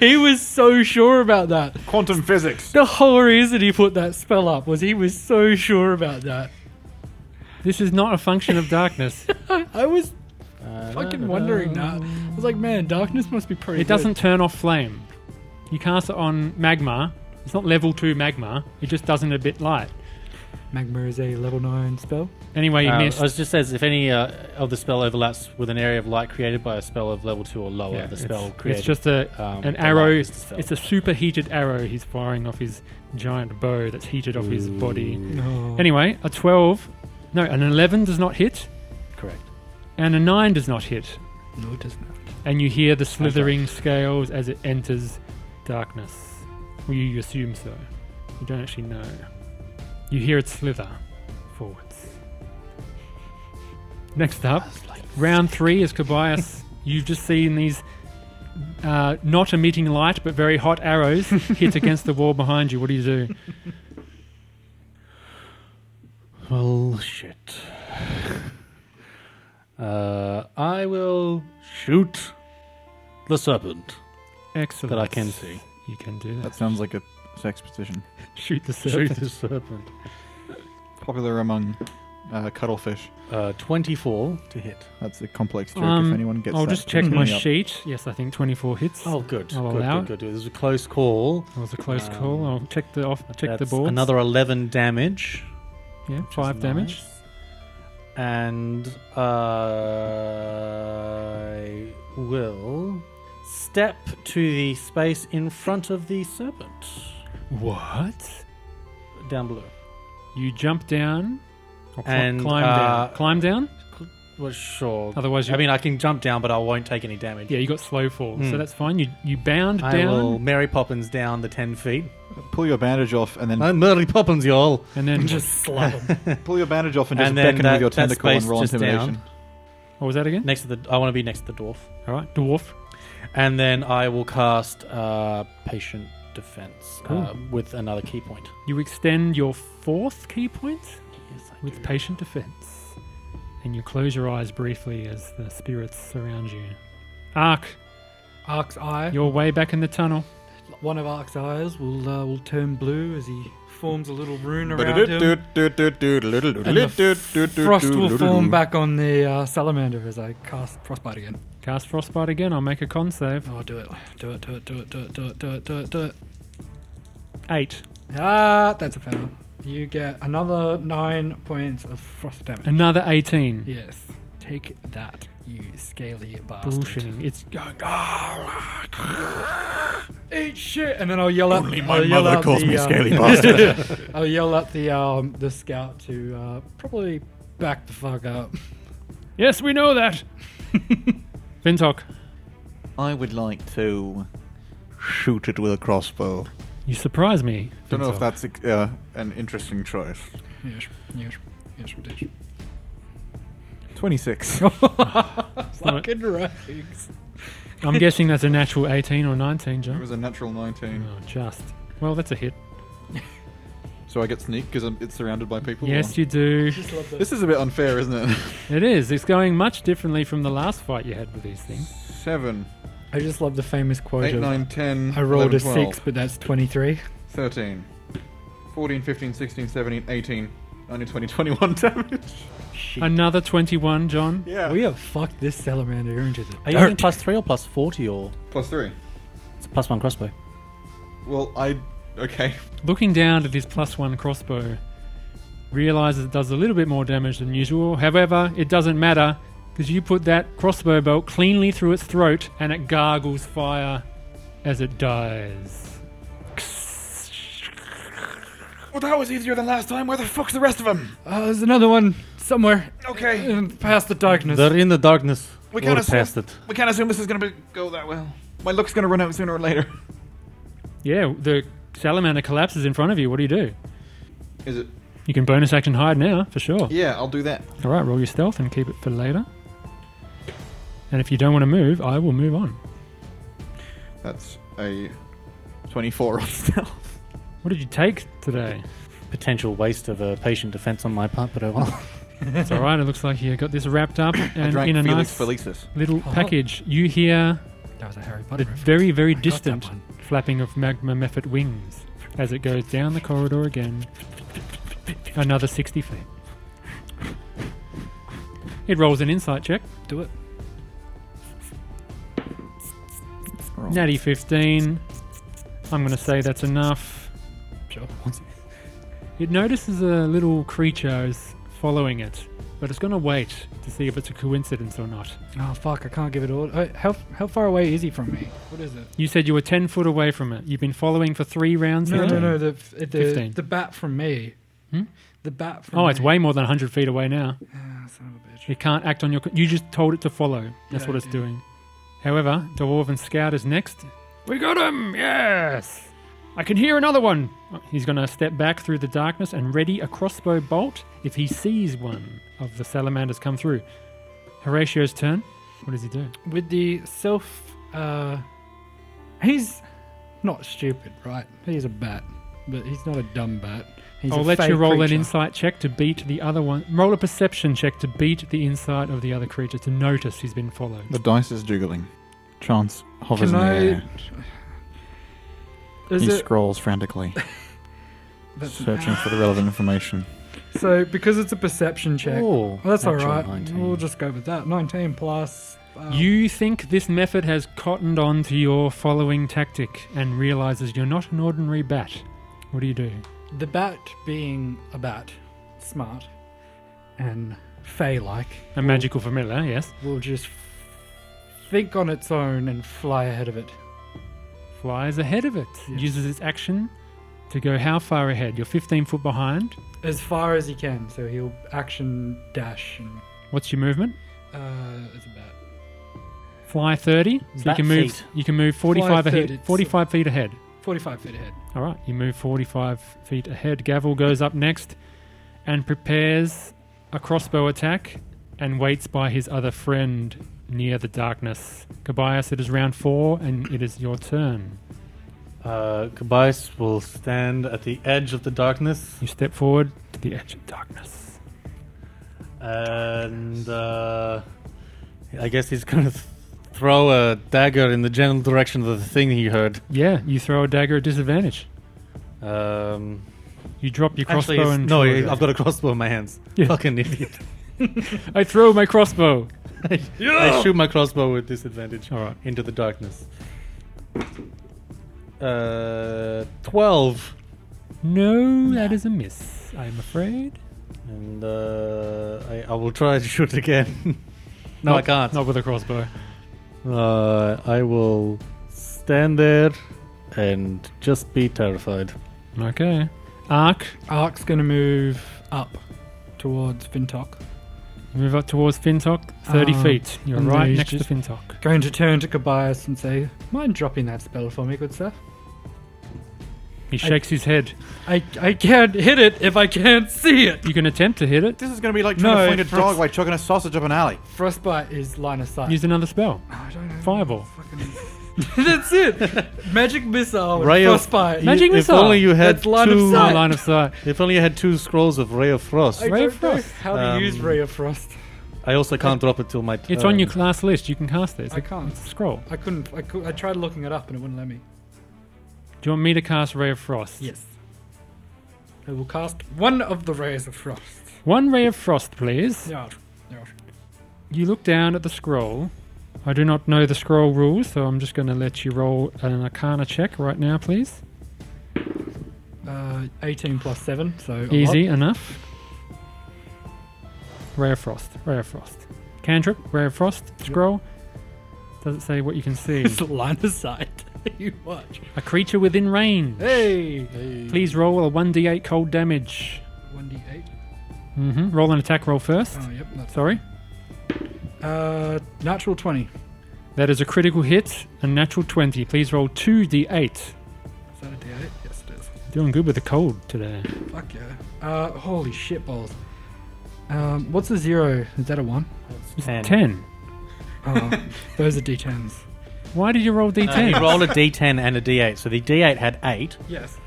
[SPEAKER 4] He was so sure about that.
[SPEAKER 1] Quantum physics.
[SPEAKER 4] The whole reason he put that spell up was he was so sure about that.
[SPEAKER 2] This is not a function of darkness.
[SPEAKER 4] I was
[SPEAKER 3] Uh,
[SPEAKER 4] fucking wondering that. I was like, man, darkness must be pretty.
[SPEAKER 2] It doesn't turn off flame. You cast it on magma. It's not level two magma. It just doesn't emit light.
[SPEAKER 4] Magma is a level 9 spell.
[SPEAKER 2] Anyway, you
[SPEAKER 3] Uh,
[SPEAKER 2] missed.
[SPEAKER 3] it just says if any uh, of the spell overlaps with an area of light created by a spell of level two or lower,
[SPEAKER 2] Yeah,
[SPEAKER 3] the
[SPEAKER 2] it's-
[SPEAKER 3] spell
[SPEAKER 2] it's,
[SPEAKER 3] created.
[SPEAKER 2] just a
[SPEAKER 3] um,
[SPEAKER 2] an
[SPEAKER 3] the
[SPEAKER 2] arrow.
[SPEAKER 3] light is
[SPEAKER 2] It's,
[SPEAKER 3] dispelled.
[SPEAKER 2] a super heated arrow he's firing off his giant bow that's heated off his body.
[SPEAKER 3] Ooh,
[SPEAKER 4] No.
[SPEAKER 2] Anyway, a 12. No, an 11 does not hit,
[SPEAKER 3] Correct.
[SPEAKER 2] and a 9 does not hit.
[SPEAKER 4] No, it does not.
[SPEAKER 2] And you hear the slithering scales as it enters darkness. Well, you assume so. You don't actually know. You hear it slither forwards. Next up, round three is Kobayas. You've just seen these uh, not emitting light but very hot arrows hit against the wall behind you. What do you do?
[SPEAKER 3] Well, shit. Uh, I will shoot the serpent
[SPEAKER 2] Excellent.
[SPEAKER 3] that I can see.
[SPEAKER 2] You can do that.
[SPEAKER 1] That sounds like a sex petition.
[SPEAKER 2] Shoot the
[SPEAKER 3] Shoot
[SPEAKER 2] serpent.
[SPEAKER 3] the serpent.
[SPEAKER 1] Popular among uh, cuttlefish.
[SPEAKER 3] Uh, 24 to hit.
[SPEAKER 1] That's a complex joke
[SPEAKER 2] Um,
[SPEAKER 1] if anyone gets
[SPEAKER 2] I'll
[SPEAKER 1] that.
[SPEAKER 2] just check
[SPEAKER 1] Hit
[SPEAKER 2] my
[SPEAKER 1] me up.
[SPEAKER 2] sheet. Yes, I think 24 hits.
[SPEAKER 3] Oh, good.
[SPEAKER 2] I'll
[SPEAKER 3] good,
[SPEAKER 2] allow
[SPEAKER 3] good, good, It was a close call.
[SPEAKER 2] That was a close
[SPEAKER 3] Um,
[SPEAKER 2] call. I'll check the off. Check the
[SPEAKER 3] That's
[SPEAKER 2] board.
[SPEAKER 3] Another 11 damage.
[SPEAKER 2] yeah,
[SPEAKER 3] which is
[SPEAKER 2] five damage.
[SPEAKER 3] nice. And uh, I will step to the space in front of the serpent
[SPEAKER 2] What?
[SPEAKER 3] down below.
[SPEAKER 2] You jump down or cli-
[SPEAKER 3] And,
[SPEAKER 2] climb
[SPEAKER 3] uh,
[SPEAKER 2] down. Climb down.
[SPEAKER 3] Well, sure.
[SPEAKER 2] Otherwise, you,
[SPEAKER 3] I mean, I can jump down, but I won't take any damage.
[SPEAKER 2] yeah, you got slow fall, so
[SPEAKER 3] Hmm.
[SPEAKER 2] that's fine. You you bound
[SPEAKER 3] I
[SPEAKER 2] down
[SPEAKER 3] will Mary Poppins down the 10 feet.
[SPEAKER 1] Pull your bandage off and then
[SPEAKER 3] I'm Mary Poppins, y'all.
[SPEAKER 2] and then
[SPEAKER 6] Just slap him.
[SPEAKER 1] pull your bandage off and just
[SPEAKER 3] And then
[SPEAKER 1] beckon
[SPEAKER 3] that-
[SPEAKER 1] with your
[SPEAKER 3] that
[SPEAKER 1] tentacle and
[SPEAKER 3] space
[SPEAKER 1] roll
[SPEAKER 3] just
[SPEAKER 1] intimidation.
[SPEAKER 2] what was that again?
[SPEAKER 3] Next to the, I want to be next to the dwarf.
[SPEAKER 2] All right, dwarf.
[SPEAKER 3] And then I will cast uh, Patient Defense uh,
[SPEAKER 2] Cool.
[SPEAKER 3] with another key point.
[SPEAKER 2] You extend your fourth key point
[SPEAKER 3] Yes, I
[SPEAKER 2] with
[SPEAKER 3] do.
[SPEAKER 2] patient defense, and you close your eyes briefly as the spirits surround you. Ark,
[SPEAKER 4] Ark's eye.
[SPEAKER 2] you're way back in the tunnel.
[SPEAKER 4] One of Ark's eyes will uh, will turn blue as he forms a little rune around him. And the frost will form
[SPEAKER 1] Frost
[SPEAKER 4] back on the uh, salamander as I cast frostbite again.
[SPEAKER 2] Cast frostbite again. I'll make a con save.
[SPEAKER 4] Oh, do it, do it, do it, do it, do it, do it, do it, do it, do it.
[SPEAKER 2] Eight.
[SPEAKER 4] Ah, that's a fail. You get another nine points of frost damage.
[SPEAKER 2] Another eighteen.
[SPEAKER 4] yes, take that, you scaly bastard.
[SPEAKER 2] Bullshitting. It's ah, going.
[SPEAKER 4] Eat shit, and then I'll yell at.
[SPEAKER 1] Only my
[SPEAKER 4] I'll yell
[SPEAKER 1] mother
[SPEAKER 4] at
[SPEAKER 1] calls
[SPEAKER 4] the,
[SPEAKER 1] me
[SPEAKER 4] uh,
[SPEAKER 1] scaly bastard.
[SPEAKER 4] I'll yell at the um, the scout to uh, probably back the fuck up.
[SPEAKER 2] Yes, we know that. Vintok,
[SPEAKER 1] I would like to shoot it with a crossbow.
[SPEAKER 2] you surprise me.
[SPEAKER 1] Don't know if
[SPEAKER 2] Vintok.
[SPEAKER 1] that's uh, an interesting choice.
[SPEAKER 4] Yes, yes, yes, it is.
[SPEAKER 1] 26.
[SPEAKER 2] not-
[SPEAKER 4] Fucking rags.
[SPEAKER 2] I'm guessing that's a natural 18 or 19,
[SPEAKER 1] It
[SPEAKER 2] John.
[SPEAKER 1] was a natural 19.
[SPEAKER 2] Oh, just. Well, that's a hit.
[SPEAKER 1] So I get sneak because it's surrounded by people?
[SPEAKER 2] Yes, you do.
[SPEAKER 4] Just love
[SPEAKER 1] This is a bit unfair, isn't it?
[SPEAKER 2] It is. It's going much differently from the last fight you had with these things.
[SPEAKER 1] 7,
[SPEAKER 4] I just love the famous quote
[SPEAKER 1] 8,
[SPEAKER 4] of,
[SPEAKER 1] 9, 10,
[SPEAKER 4] I rolled
[SPEAKER 1] 11,
[SPEAKER 4] a 6,
[SPEAKER 1] 12,
[SPEAKER 4] but that's 23.
[SPEAKER 1] 13, 14, 15, 16, 17, 18, 19, 20, 21 damage.
[SPEAKER 2] Another 21, John.
[SPEAKER 1] Yeah.
[SPEAKER 4] We have fucked this salamander into the
[SPEAKER 3] Are you using plus three or plus forty or
[SPEAKER 1] Plus 3.
[SPEAKER 3] it's a plus one crossbow?
[SPEAKER 1] Well, I. Okay.
[SPEAKER 2] Looking down at his plus one crossbow, realizes it does a little bit more damage than usual. However, it doesn't matter because you put that crossbow bolt cleanly through its throat and it gargles fire as it dies.
[SPEAKER 5] Well, that was easier than last time. Where the fuck's the rest of them?
[SPEAKER 4] Uh, there's another one somewhere
[SPEAKER 5] Okay,
[SPEAKER 4] in, past the darkness.
[SPEAKER 3] They're in the darkness.
[SPEAKER 5] We
[SPEAKER 3] We're
[SPEAKER 5] can't assume-
[SPEAKER 3] past it.
[SPEAKER 5] we can't assume this is gonna be, go that well. My luck's gonna run out sooner or later.
[SPEAKER 2] Yeah, the salamander collapses in front of you. What do you do?
[SPEAKER 1] Is it.
[SPEAKER 2] You can bonus action hide now, for sure.
[SPEAKER 1] Yeah, I'll do that.
[SPEAKER 2] All right, roll your stealth and keep it for later. And if you don't want to move, I will move on.
[SPEAKER 1] That's a 24 on stealth.
[SPEAKER 2] What did you take today?
[SPEAKER 3] Potential waste of a patient defense on my part, but oh well.
[SPEAKER 2] It's all right. It looks like you got this wrapped up
[SPEAKER 1] I
[SPEAKER 2] and
[SPEAKER 1] drank
[SPEAKER 2] in a
[SPEAKER 1] Felix
[SPEAKER 2] nice
[SPEAKER 1] Felicis.
[SPEAKER 2] little
[SPEAKER 4] Oh.
[SPEAKER 2] package. You hear
[SPEAKER 4] that was a Harry Potter
[SPEAKER 2] the
[SPEAKER 4] reference.
[SPEAKER 2] very, very
[SPEAKER 4] I got that
[SPEAKER 2] distant
[SPEAKER 4] one.
[SPEAKER 2] flapping of magma mephit wings as it goes down the corridor again. Another 60 feet. It rolls an insight check.
[SPEAKER 4] Do it.
[SPEAKER 2] Natty 15. I'm going to say that's enough.
[SPEAKER 4] Sure.
[SPEAKER 2] It notices a little creature is following it, but it's going to wait to see if it's a coincidence or not.
[SPEAKER 4] Oh fuck! I can't give it all. Uh, how how far away is he from me? What is it?
[SPEAKER 2] You said you were 10 foot away from it. You've been following for three rounds
[SPEAKER 4] No,
[SPEAKER 2] now?
[SPEAKER 4] no, no. The the, the,
[SPEAKER 2] 15.
[SPEAKER 4] the bat from me.
[SPEAKER 2] Hmm?
[SPEAKER 4] The bat from.
[SPEAKER 2] Oh, it's
[SPEAKER 4] me.
[SPEAKER 2] way more than 100 feet away now.
[SPEAKER 4] Ah, son of a bitch.
[SPEAKER 2] It can't act on your. You just told it to follow. That's
[SPEAKER 4] Yeah,
[SPEAKER 2] what
[SPEAKER 4] I
[SPEAKER 2] it's
[SPEAKER 4] did.
[SPEAKER 2] doing. However, Dwarven Scout is next. We got him! Yes! I can hear another one! He's going to step back through the darkness and ready a crossbow bolt if he sees one of the salamanders come through. Horatio's turn. What does he do?
[SPEAKER 4] With the self, uh, he's not stupid, right? He's a bat, but he's not a dumb bat. He's
[SPEAKER 2] I'll
[SPEAKER 4] a
[SPEAKER 2] let you
[SPEAKER 4] fey
[SPEAKER 2] roll
[SPEAKER 4] creature.
[SPEAKER 2] an insight check to beat the other one. Roll a perception check to beat the insight of the other creature to notice he's been followed.
[SPEAKER 1] The dice is jiggling. Chance hovers
[SPEAKER 4] Can
[SPEAKER 1] in the
[SPEAKER 4] I-
[SPEAKER 1] air.
[SPEAKER 4] Is
[SPEAKER 1] he
[SPEAKER 4] it
[SPEAKER 1] scrolls frantically,
[SPEAKER 4] that's an
[SPEAKER 1] searching for the relevant information.
[SPEAKER 4] So because it's a perception check,
[SPEAKER 1] Oh,
[SPEAKER 4] well, that's all
[SPEAKER 1] natural
[SPEAKER 4] right.
[SPEAKER 1] 19.
[SPEAKER 4] We'll just go with that. Nineteen plus. uh,
[SPEAKER 2] You think this method has cottoned on to your following tactic and realizes you're not an ordinary bat. What do you do?
[SPEAKER 4] the bat being a bat, smart and fey-like,
[SPEAKER 2] A magical familiar, yes.
[SPEAKER 4] will just think on its own and fly ahead of it.
[SPEAKER 2] Flies ahead of it.
[SPEAKER 4] Yes.
[SPEAKER 2] Uses its action to go how far ahead? You're 15 foot behind.
[SPEAKER 4] as far as he can. So he'll action dash and
[SPEAKER 2] What's your movement?
[SPEAKER 4] uh, it's about
[SPEAKER 2] Fly 30. So you
[SPEAKER 3] Bat
[SPEAKER 2] can move.
[SPEAKER 3] feet.
[SPEAKER 2] You can move 45
[SPEAKER 4] Fly 30,
[SPEAKER 2] ahead.
[SPEAKER 4] so-
[SPEAKER 2] 45 feet ahead.
[SPEAKER 4] forty-five feet ahead.
[SPEAKER 2] All right, you move 45 feet ahead. Gavel goes up next and prepares a crossbow attack and waits by his other friend near the darkness. Kobayas, it is round four and it is your turn.
[SPEAKER 3] Uh, Kabais will stand at the edge of the darkness
[SPEAKER 2] You step forward to the edge of darkness.
[SPEAKER 3] and uh, I guess he's gonna th- throw a dagger in the general direction of the thing he heard.
[SPEAKER 2] Yeah, you throw a dagger at disadvantage.
[SPEAKER 3] Um,
[SPEAKER 2] You drop your crossbow
[SPEAKER 3] actually, it's-
[SPEAKER 2] and.
[SPEAKER 3] no,
[SPEAKER 2] throw
[SPEAKER 3] I've got a crossbow in my hands.
[SPEAKER 2] Yeah.
[SPEAKER 3] Fucking idiot!
[SPEAKER 2] it. I throw my crossbow!
[SPEAKER 3] I shoot my crossbow with disadvantage
[SPEAKER 2] All right.
[SPEAKER 3] into the darkness. Uh, twelve.
[SPEAKER 2] No, that is a miss, I'm afraid.
[SPEAKER 3] And uh, I, I will try to shoot again. no, I
[SPEAKER 2] Not-
[SPEAKER 3] can't.
[SPEAKER 2] Not with a crossbow.
[SPEAKER 3] Uh, I will stand there and just be terrified.
[SPEAKER 2] Okay. Arc,
[SPEAKER 4] Ark's gonna move up towards Fintok.
[SPEAKER 2] Move up towards Fintok, 30
[SPEAKER 4] Ah,
[SPEAKER 2] feet. You're
[SPEAKER 4] and
[SPEAKER 2] right
[SPEAKER 4] there's
[SPEAKER 2] next
[SPEAKER 4] just-
[SPEAKER 2] to Fintok.
[SPEAKER 4] Going to turn to Kobayas and say, "Mind dropping that spell for me, good sir?
[SPEAKER 2] He shakes his head.
[SPEAKER 4] I I can't hit it if I can't see it.
[SPEAKER 2] You can attempt to hit it.
[SPEAKER 1] This is going to be like trying
[SPEAKER 4] No,
[SPEAKER 1] to find a
[SPEAKER 4] it's-
[SPEAKER 1] dog by chucking a sausage up an alley.
[SPEAKER 4] Frostbite is line of sight.
[SPEAKER 2] Use another spell.
[SPEAKER 4] I don't know.
[SPEAKER 2] Fireball.
[SPEAKER 4] That's it. Magic missile. with
[SPEAKER 3] Ray of-
[SPEAKER 4] frostbite.
[SPEAKER 2] Magic
[SPEAKER 3] You- if
[SPEAKER 2] missile.
[SPEAKER 3] only you had
[SPEAKER 4] That's line of
[SPEAKER 3] two.
[SPEAKER 2] No
[SPEAKER 4] sight.
[SPEAKER 2] line of sight.
[SPEAKER 3] If only you had two scrolls of ray of frost.
[SPEAKER 4] I
[SPEAKER 2] Ray of
[SPEAKER 4] don't know
[SPEAKER 2] Frost.
[SPEAKER 4] how to use
[SPEAKER 3] Um,
[SPEAKER 4] ray of frost.
[SPEAKER 3] I also can't drop it till my. Turn.
[SPEAKER 2] It's on your class list. You can cast it. It's
[SPEAKER 4] Uh, I
[SPEAKER 2] a
[SPEAKER 4] can't.
[SPEAKER 2] scroll.
[SPEAKER 4] I couldn't. I, cou- I tried looking it up and it wouldn't let me.
[SPEAKER 2] Do you want me to cast Ray of Frost?
[SPEAKER 4] Yes. I will cast one of the rays of frost.
[SPEAKER 2] One Ray of Frost, please.
[SPEAKER 4] Yeah.
[SPEAKER 2] You look down at the scroll. I do not know the scroll rules, so I'm just going to let you roll an Arcana check right now, please.
[SPEAKER 4] Uh, 18 plus 7, so. a
[SPEAKER 2] Easy
[SPEAKER 4] lot.
[SPEAKER 2] enough. Ray of Frost. Ray of Frost. Cantrip. Ray of Frost. Scroll. Doesn't say what you can see.
[SPEAKER 4] It's line of sight. you watch.
[SPEAKER 2] A creature within range.
[SPEAKER 4] Hey!
[SPEAKER 2] Please roll a 1d8 cold damage.
[SPEAKER 4] 1d8.
[SPEAKER 2] hmm Roll an attack roll first.
[SPEAKER 4] Oh, yep. That's,
[SPEAKER 2] Sorry.
[SPEAKER 4] uh, natural 20.
[SPEAKER 2] That is a critical hit, a natural 20. Please roll 2d8.
[SPEAKER 4] Is that a d8? Yes, it is.
[SPEAKER 2] Doing good with the cold today.
[SPEAKER 4] Fuck yeah. Uh, holy shit balls. Um, what's a zero? Is that a one?
[SPEAKER 2] It's
[SPEAKER 7] Ten.
[SPEAKER 2] 10.
[SPEAKER 4] Oh, those are d10s.
[SPEAKER 2] Why did you roll
[SPEAKER 7] He
[SPEAKER 3] Uh,
[SPEAKER 2] d10?
[SPEAKER 7] rolled Uh, a d10 and a d8. So the d8 had 8.
[SPEAKER 4] Yes.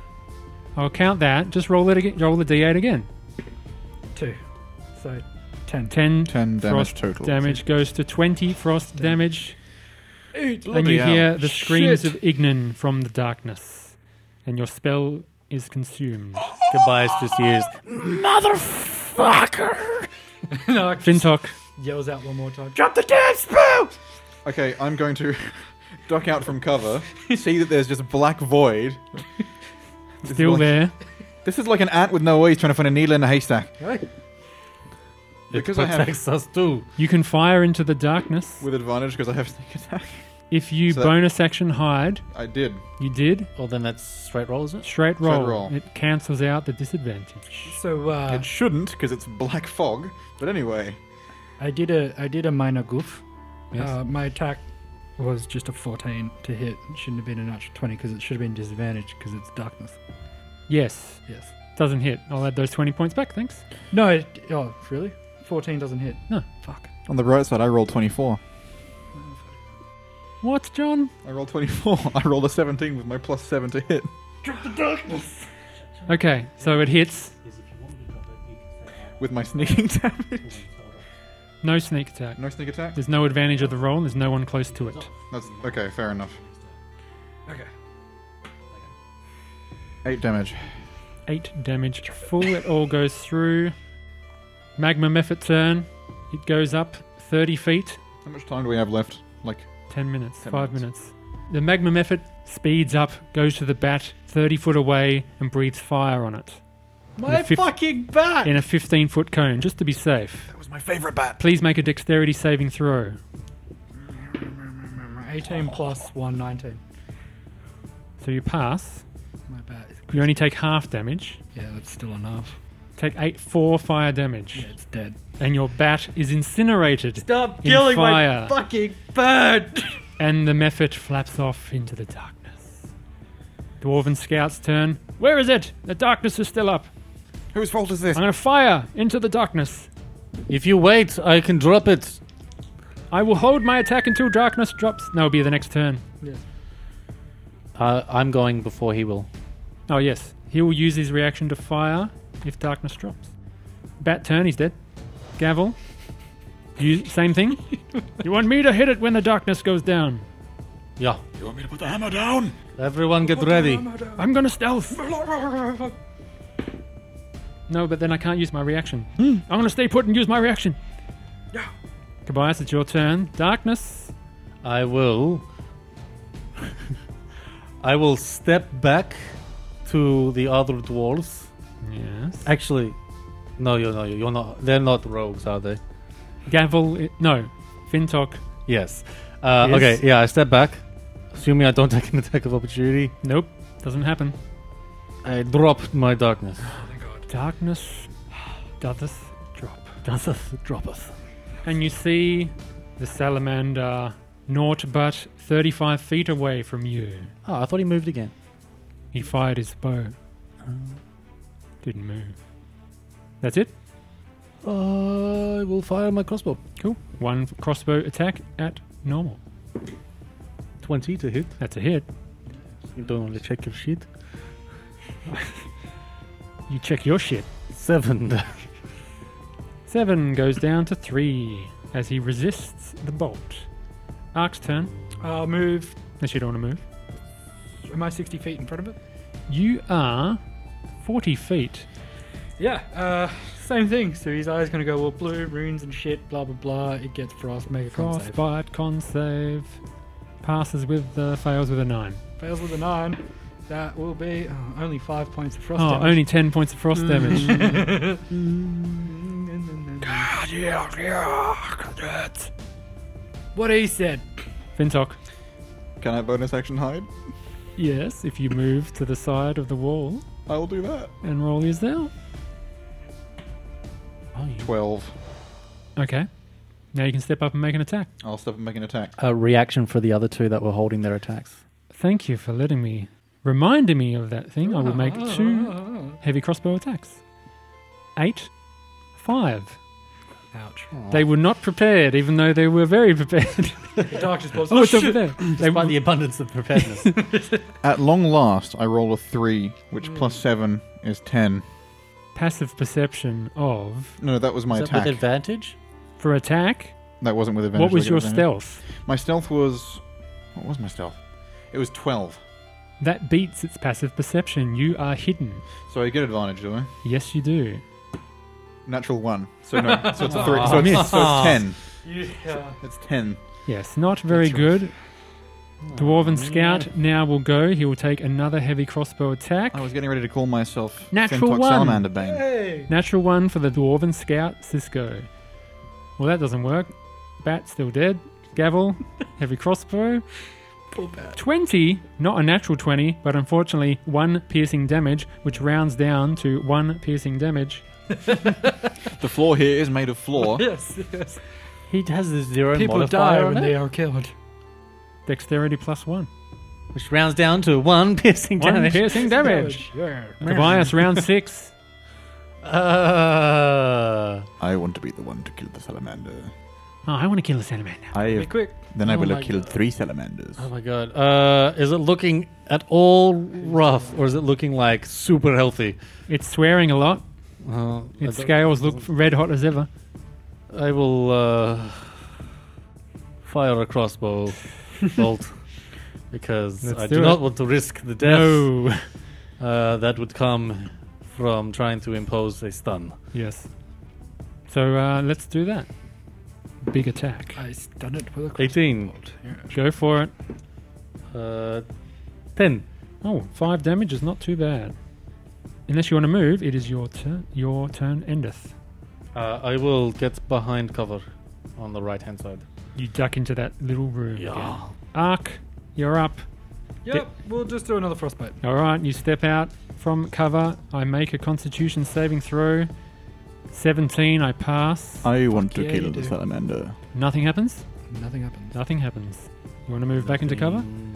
[SPEAKER 2] I'll count that. Just roll it again. Roll the d8 again.
[SPEAKER 4] Two. So, 10.
[SPEAKER 2] 10
[SPEAKER 1] Ten damage
[SPEAKER 2] frost
[SPEAKER 1] total.
[SPEAKER 2] damage goes to 20 frost damage. and you
[SPEAKER 1] hell.
[SPEAKER 2] hear the screams
[SPEAKER 4] Shit.
[SPEAKER 2] of Ignan from the darkness. And your spell is consumed.
[SPEAKER 3] Tobias just used.
[SPEAKER 4] no,
[SPEAKER 2] Fintok.
[SPEAKER 4] yells out one more time.
[SPEAKER 1] Okay, I'm going to duck out from cover, see that there's just a black void. This
[SPEAKER 2] Still
[SPEAKER 1] black-
[SPEAKER 2] there.
[SPEAKER 1] This is like an ant with no eyes trying to find a needle in a haystack.
[SPEAKER 3] It
[SPEAKER 1] Because I have-
[SPEAKER 3] protects us too.
[SPEAKER 2] You can fire into the darkness
[SPEAKER 1] With advantage because I have sneak attack.
[SPEAKER 2] if you
[SPEAKER 1] So that-
[SPEAKER 2] bonus action hide.
[SPEAKER 1] I did.
[SPEAKER 2] You did
[SPEAKER 7] Well, then that's straight roll, is it?
[SPEAKER 2] straight roll.
[SPEAKER 1] roll.
[SPEAKER 2] It cancels out the disadvantage.
[SPEAKER 4] So uh,
[SPEAKER 1] it shouldn't because it's black fog. But anyway,
[SPEAKER 4] I did a I did a minor goof.
[SPEAKER 2] Yes.
[SPEAKER 4] Uh, my attack was just a 14 to hit. It shouldn't have been an natural 20 because it should have been disadvantaged because it's darkness.
[SPEAKER 2] Yes,
[SPEAKER 4] Yes.
[SPEAKER 2] doesn't hit. I'll add those twenty points back. Thanks.
[SPEAKER 4] No. It, oh, really? 14 doesn't hit.
[SPEAKER 2] No.
[SPEAKER 4] Fuck.
[SPEAKER 1] on the right side, I rolled 24.
[SPEAKER 2] What, John?
[SPEAKER 1] I rolled 24. I rolled a 17 with my plus 7 to hit.
[SPEAKER 2] Okay, so it hits.
[SPEAKER 1] With my sneaking damage.
[SPEAKER 2] No sneak attack.
[SPEAKER 1] No sneak attack?
[SPEAKER 2] There's no advantage of the roll. and There's no one close to it.
[SPEAKER 1] That's okay, fair enough.
[SPEAKER 4] Okay.
[SPEAKER 1] 8 damage.
[SPEAKER 2] Eight damage full. It all goes through. Magma Mephit turn. It goes up thirty feet.
[SPEAKER 1] How much time do we have left? Like,
[SPEAKER 2] 10 minutes,
[SPEAKER 1] 10
[SPEAKER 2] 5 minutes. The magma method speeds up, goes to the bat 30 foot away, and breathes fire on it. My fucking bat! In a 15 foot cone, just to be safe.
[SPEAKER 5] That was my favorite bat.
[SPEAKER 2] Please make a dexterity saving throw.
[SPEAKER 4] 18 plus 1, 19.
[SPEAKER 2] So you pass.
[SPEAKER 4] My bad.
[SPEAKER 2] You only take half damage.
[SPEAKER 4] Yeah, that's still enough.
[SPEAKER 2] Take 8 4 fire damage.
[SPEAKER 4] Yeah, it's dead.
[SPEAKER 2] And your bat is incinerated.
[SPEAKER 7] Stop
[SPEAKER 2] In killing my fire.
[SPEAKER 7] fucking bird!
[SPEAKER 2] And the method flaps off into the darkness. Dwarven scout's turn. Where is it? The darkness is still up.
[SPEAKER 1] whose fault is this?
[SPEAKER 2] I'm gonna fire into the darkness.
[SPEAKER 3] If you wait, I can drop it.
[SPEAKER 2] I will hold my attack until darkness drops. That will be the next turn.
[SPEAKER 7] Uh, I'm going before he will.
[SPEAKER 2] Oh, yes. He will use his reaction to fire if darkness drops. Bat turn, he's dead. Gavel. You, same thing. you want me to hit it when the darkness goes down.
[SPEAKER 3] Yeah.
[SPEAKER 5] You want me to put the hammer down?
[SPEAKER 3] Everyone get ready.
[SPEAKER 2] I'm gonna stealth. No, but then I can't use my reaction. I'm gonna stay put and use my reaction. Tobias, it's your turn. Darkness.
[SPEAKER 3] I will. I will step back to the other dwarves.
[SPEAKER 2] Yes.
[SPEAKER 3] Actually, no, you're not. You're not. They're not rogues, are they?
[SPEAKER 2] Gavel. i- No. Fintok.
[SPEAKER 3] Yes. Uh,
[SPEAKER 2] Yes.
[SPEAKER 3] Okay. Yeah, I step back, assuming I don't take an attack of opportunity.
[SPEAKER 2] Nope. Doesn't happen.
[SPEAKER 3] I drop my darkness.
[SPEAKER 2] Darkness dotheth drop.
[SPEAKER 3] Does it drop us?
[SPEAKER 2] And you see the salamander naught but 35 feet away from you.
[SPEAKER 7] Oh, I thought he moved again.
[SPEAKER 2] He fired his bow. Didn't move. That's it.
[SPEAKER 7] I will fire my crossbow.
[SPEAKER 2] Cool. One crossbow attack at normal.
[SPEAKER 3] Twenty to hit.
[SPEAKER 2] That's a hit.
[SPEAKER 3] You don't want to check your sheet.
[SPEAKER 2] You check your shit.
[SPEAKER 3] Seven.
[SPEAKER 2] Seven goes down to three as he resists the bolt. Ark's turn.
[SPEAKER 4] Uh, move.
[SPEAKER 2] Unless you don't want to move.
[SPEAKER 4] Am I 60 feet in front of it?
[SPEAKER 2] You are 40 feet.
[SPEAKER 4] Yeah, uh, same thing. So his eye's gonna go, well, blue, runes and shit, blah, blah, blah. It gets frost, mega con save.
[SPEAKER 2] Frostbite, con save. Passes with, uh, fails with a nine.
[SPEAKER 4] Fails with a 9. That will be oh, only 5 points of frost
[SPEAKER 2] Oh,
[SPEAKER 4] damage. Hmm.
[SPEAKER 2] only 10 points of frost damage.
[SPEAKER 4] What he said.
[SPEAKER 2] Fintok.
[SPEAKER 1] Can I bonus action hide?
[SPEAKER 2] Yes, if you move to the side of the wall
[SPEAKER 1] I will do that.
[SPEAKER 2] and roll is there.
[SPEAKER 4] Oh,
[SPEAKER 1] 12.
[SPEAKER 2] Okay. Now you can step up and make an attack.
[SPEAKER 1] I'll step and make an attack.
[SPEAKER 7] A reaction for the other two that were holding their attacks.
[SPEAKER 2] Thank you for letting me reminding me of that thing. I will make
[SPEAKER 4] Ah.
[SPEAKER 2] two heavy crossbow attacks. Eight, five.
[SPEAKER 4] Ouch.
[SPEAKER 2] They were not prepared, even though they were very prepared.
[SPEAKER 4] The darkness pops.
[SPEAKER 2] oh, it's over there. They
[SPEAKER 7] By
[SPEAKER 2] were,
[SPEAKER 7] the abundance of preparedness.
[SPEAKER 1] At long last, I roll a 3, which
[SPEAKER 2] Hmm.
[SPEAKER 1] plus 7 is 10.
[SPEAKER 2] passive perception of
[SPEAKER 1] No, no, that was my
[SPEAKER 7] Is that
[SPEAKER 1] attack.
[SPEAKER 7] with advantage?
[SPEAKER 2] for attack.
[SPEAKER 1] that wasn't with advantage.
[SPEAKER 2] What was
[SPEAKER 1] I
[SPEAKER 2] your
[SPEAKER 1] got advantage.
[SPEAKER 2] stealth?
[SPEAKER 1] My stealth was. What was my stealth? It was 12.
[SPEAKER 2] That beats its passive perception. You are hidden.
[SPEAKER 1] So I get advantage, do I?
[SPEAKER 2] Yes, you do.
[SPEAKER 1] Natural 1. So no. So it's a
[SPEAKER 2] Ah.
[SPEAKER 1] 3. So it's, so it's 10.
[SPEAKER 4] Yeah.
[SPEAKER 1] It's 10.
[SPEAKER 2] Yes, not very
[SPEAKER 1] That's right. Oh,
[SPEAKER 2] good.
[SPEAKER 7] Mm.
[SPEAKER 2] Dwarven Scout now will go. He will take another heavy crossbow attack.
[SPEAKER 1] I was getting ready to call myself
[SPEAKER 2] Natural
[SPEAKER 1] Fentox
[SPEAKER 2] one.
[SPEAKER 1] Salamander Bane.
[SPEAKER 4] Hey!
[SPEAKER 2] Natural one for the Dwarven Scout, Cisco. Well, that doesn't work. Bat still dead. Gavel, heavy crossbow.
[SPEAKER 4] Poor bat.
[SPEAKER 2] 20, not a natural 20, but unfortunately one piercing damage, which rounds down to one piercing damage.
[SPEAKER 1] The floor here is made of floor.
[SPEAKER 4] Yes, yes.
[SPEAKER 7] He has the zero
[SPEAKER 4] People
[SPEAKER 7] modifier
[SPEAKER 4] die
[SPEAKER 7] on
[SPEAKER 4] when
[SPEAKER 7] it,
[SPEAKER 4] they are killed.
[SPEAKER 2] Dexterity plus one.
[SPEAKER 7] which rounds down to one piercing
[SPEAKER 2] One
[SPEAKER 7] damage.
[SPEAKER 2] piercing damage. Tobias, round six.
[SPEAKER 7] Uh,
[SPEAKER 1] I want to be the one to kill the salamander.
[SPEAKER 2] Oh, I want to kill the salamander.
[SPEAKER 1] I
[SPEAKER 4] Be quick.
[SPEAKER 1] then
[SPEAKER 4] I Oh will have my killed God.
[SPEAKER 1] three salamanders.
[SPEAKER 7] oh my god.
[SPEAKER 3] Uh, is it looking at all rough, or is it looking like super healthy?
[SPEAKER 2] It's swearing a lot.
[SPEAKER 3] Uh, I
[SPEAKER 2] Its
[SPEAKER 3] don't-
[SPEAKER 2] scales look red hot as ever.
[SPEAKER 3] I will uh, fire a crossbow bolt because
[SPEAKER 2] Let's
[SPEAKER 3] I
[SPEAKER 2] do
[SPEAKER 3] do
[SPEAKER 2] it.
[SPEAKER 3] not want to risk the death
[SPEAKER 2] No.
[SPEAKER 3] uh, that would come from trying to impose a stun.
[SPEAKER 2] yes. So uh, let's do that. Big attack.
[SPEAKER 4] I stunned it with a crossbow.
[SPEAKER 3] 18,
[SPEAKER 2] Go for it.
[SPEAKER 3] uh, 10.
[SPEAKER 2] Oh, five damage is not too bad. Unless you want to move, it is your turn. Your turn endeth.
[SPEAKER 3] Uh, I will get behind cover on the right hand side.
[SPEAKER 2] You duck into that little room. again. Ark, you're up.
[SPEAKER 4] Yep, we'll just do another frostbite.
[SPEAKER 2] All right, you step out from cover. I make a Constitution saving throw. 17, I pass.
[SPEAKER 1] I want to
[SPEAKER 4] yeah,
[SPEAKER 1] kill
[SPEAKER 4] you
[SPEAKER 1] the
[SPEAKER 4] do.
[SPEAKER 1] salamander.
[SPEAKER 2] Nothing happens?
[SPEAKER 4] Nothing happens.
[SPEAKER 2] Nothing happens. You want to move back into cover?
[SPEAKER 3] Mm.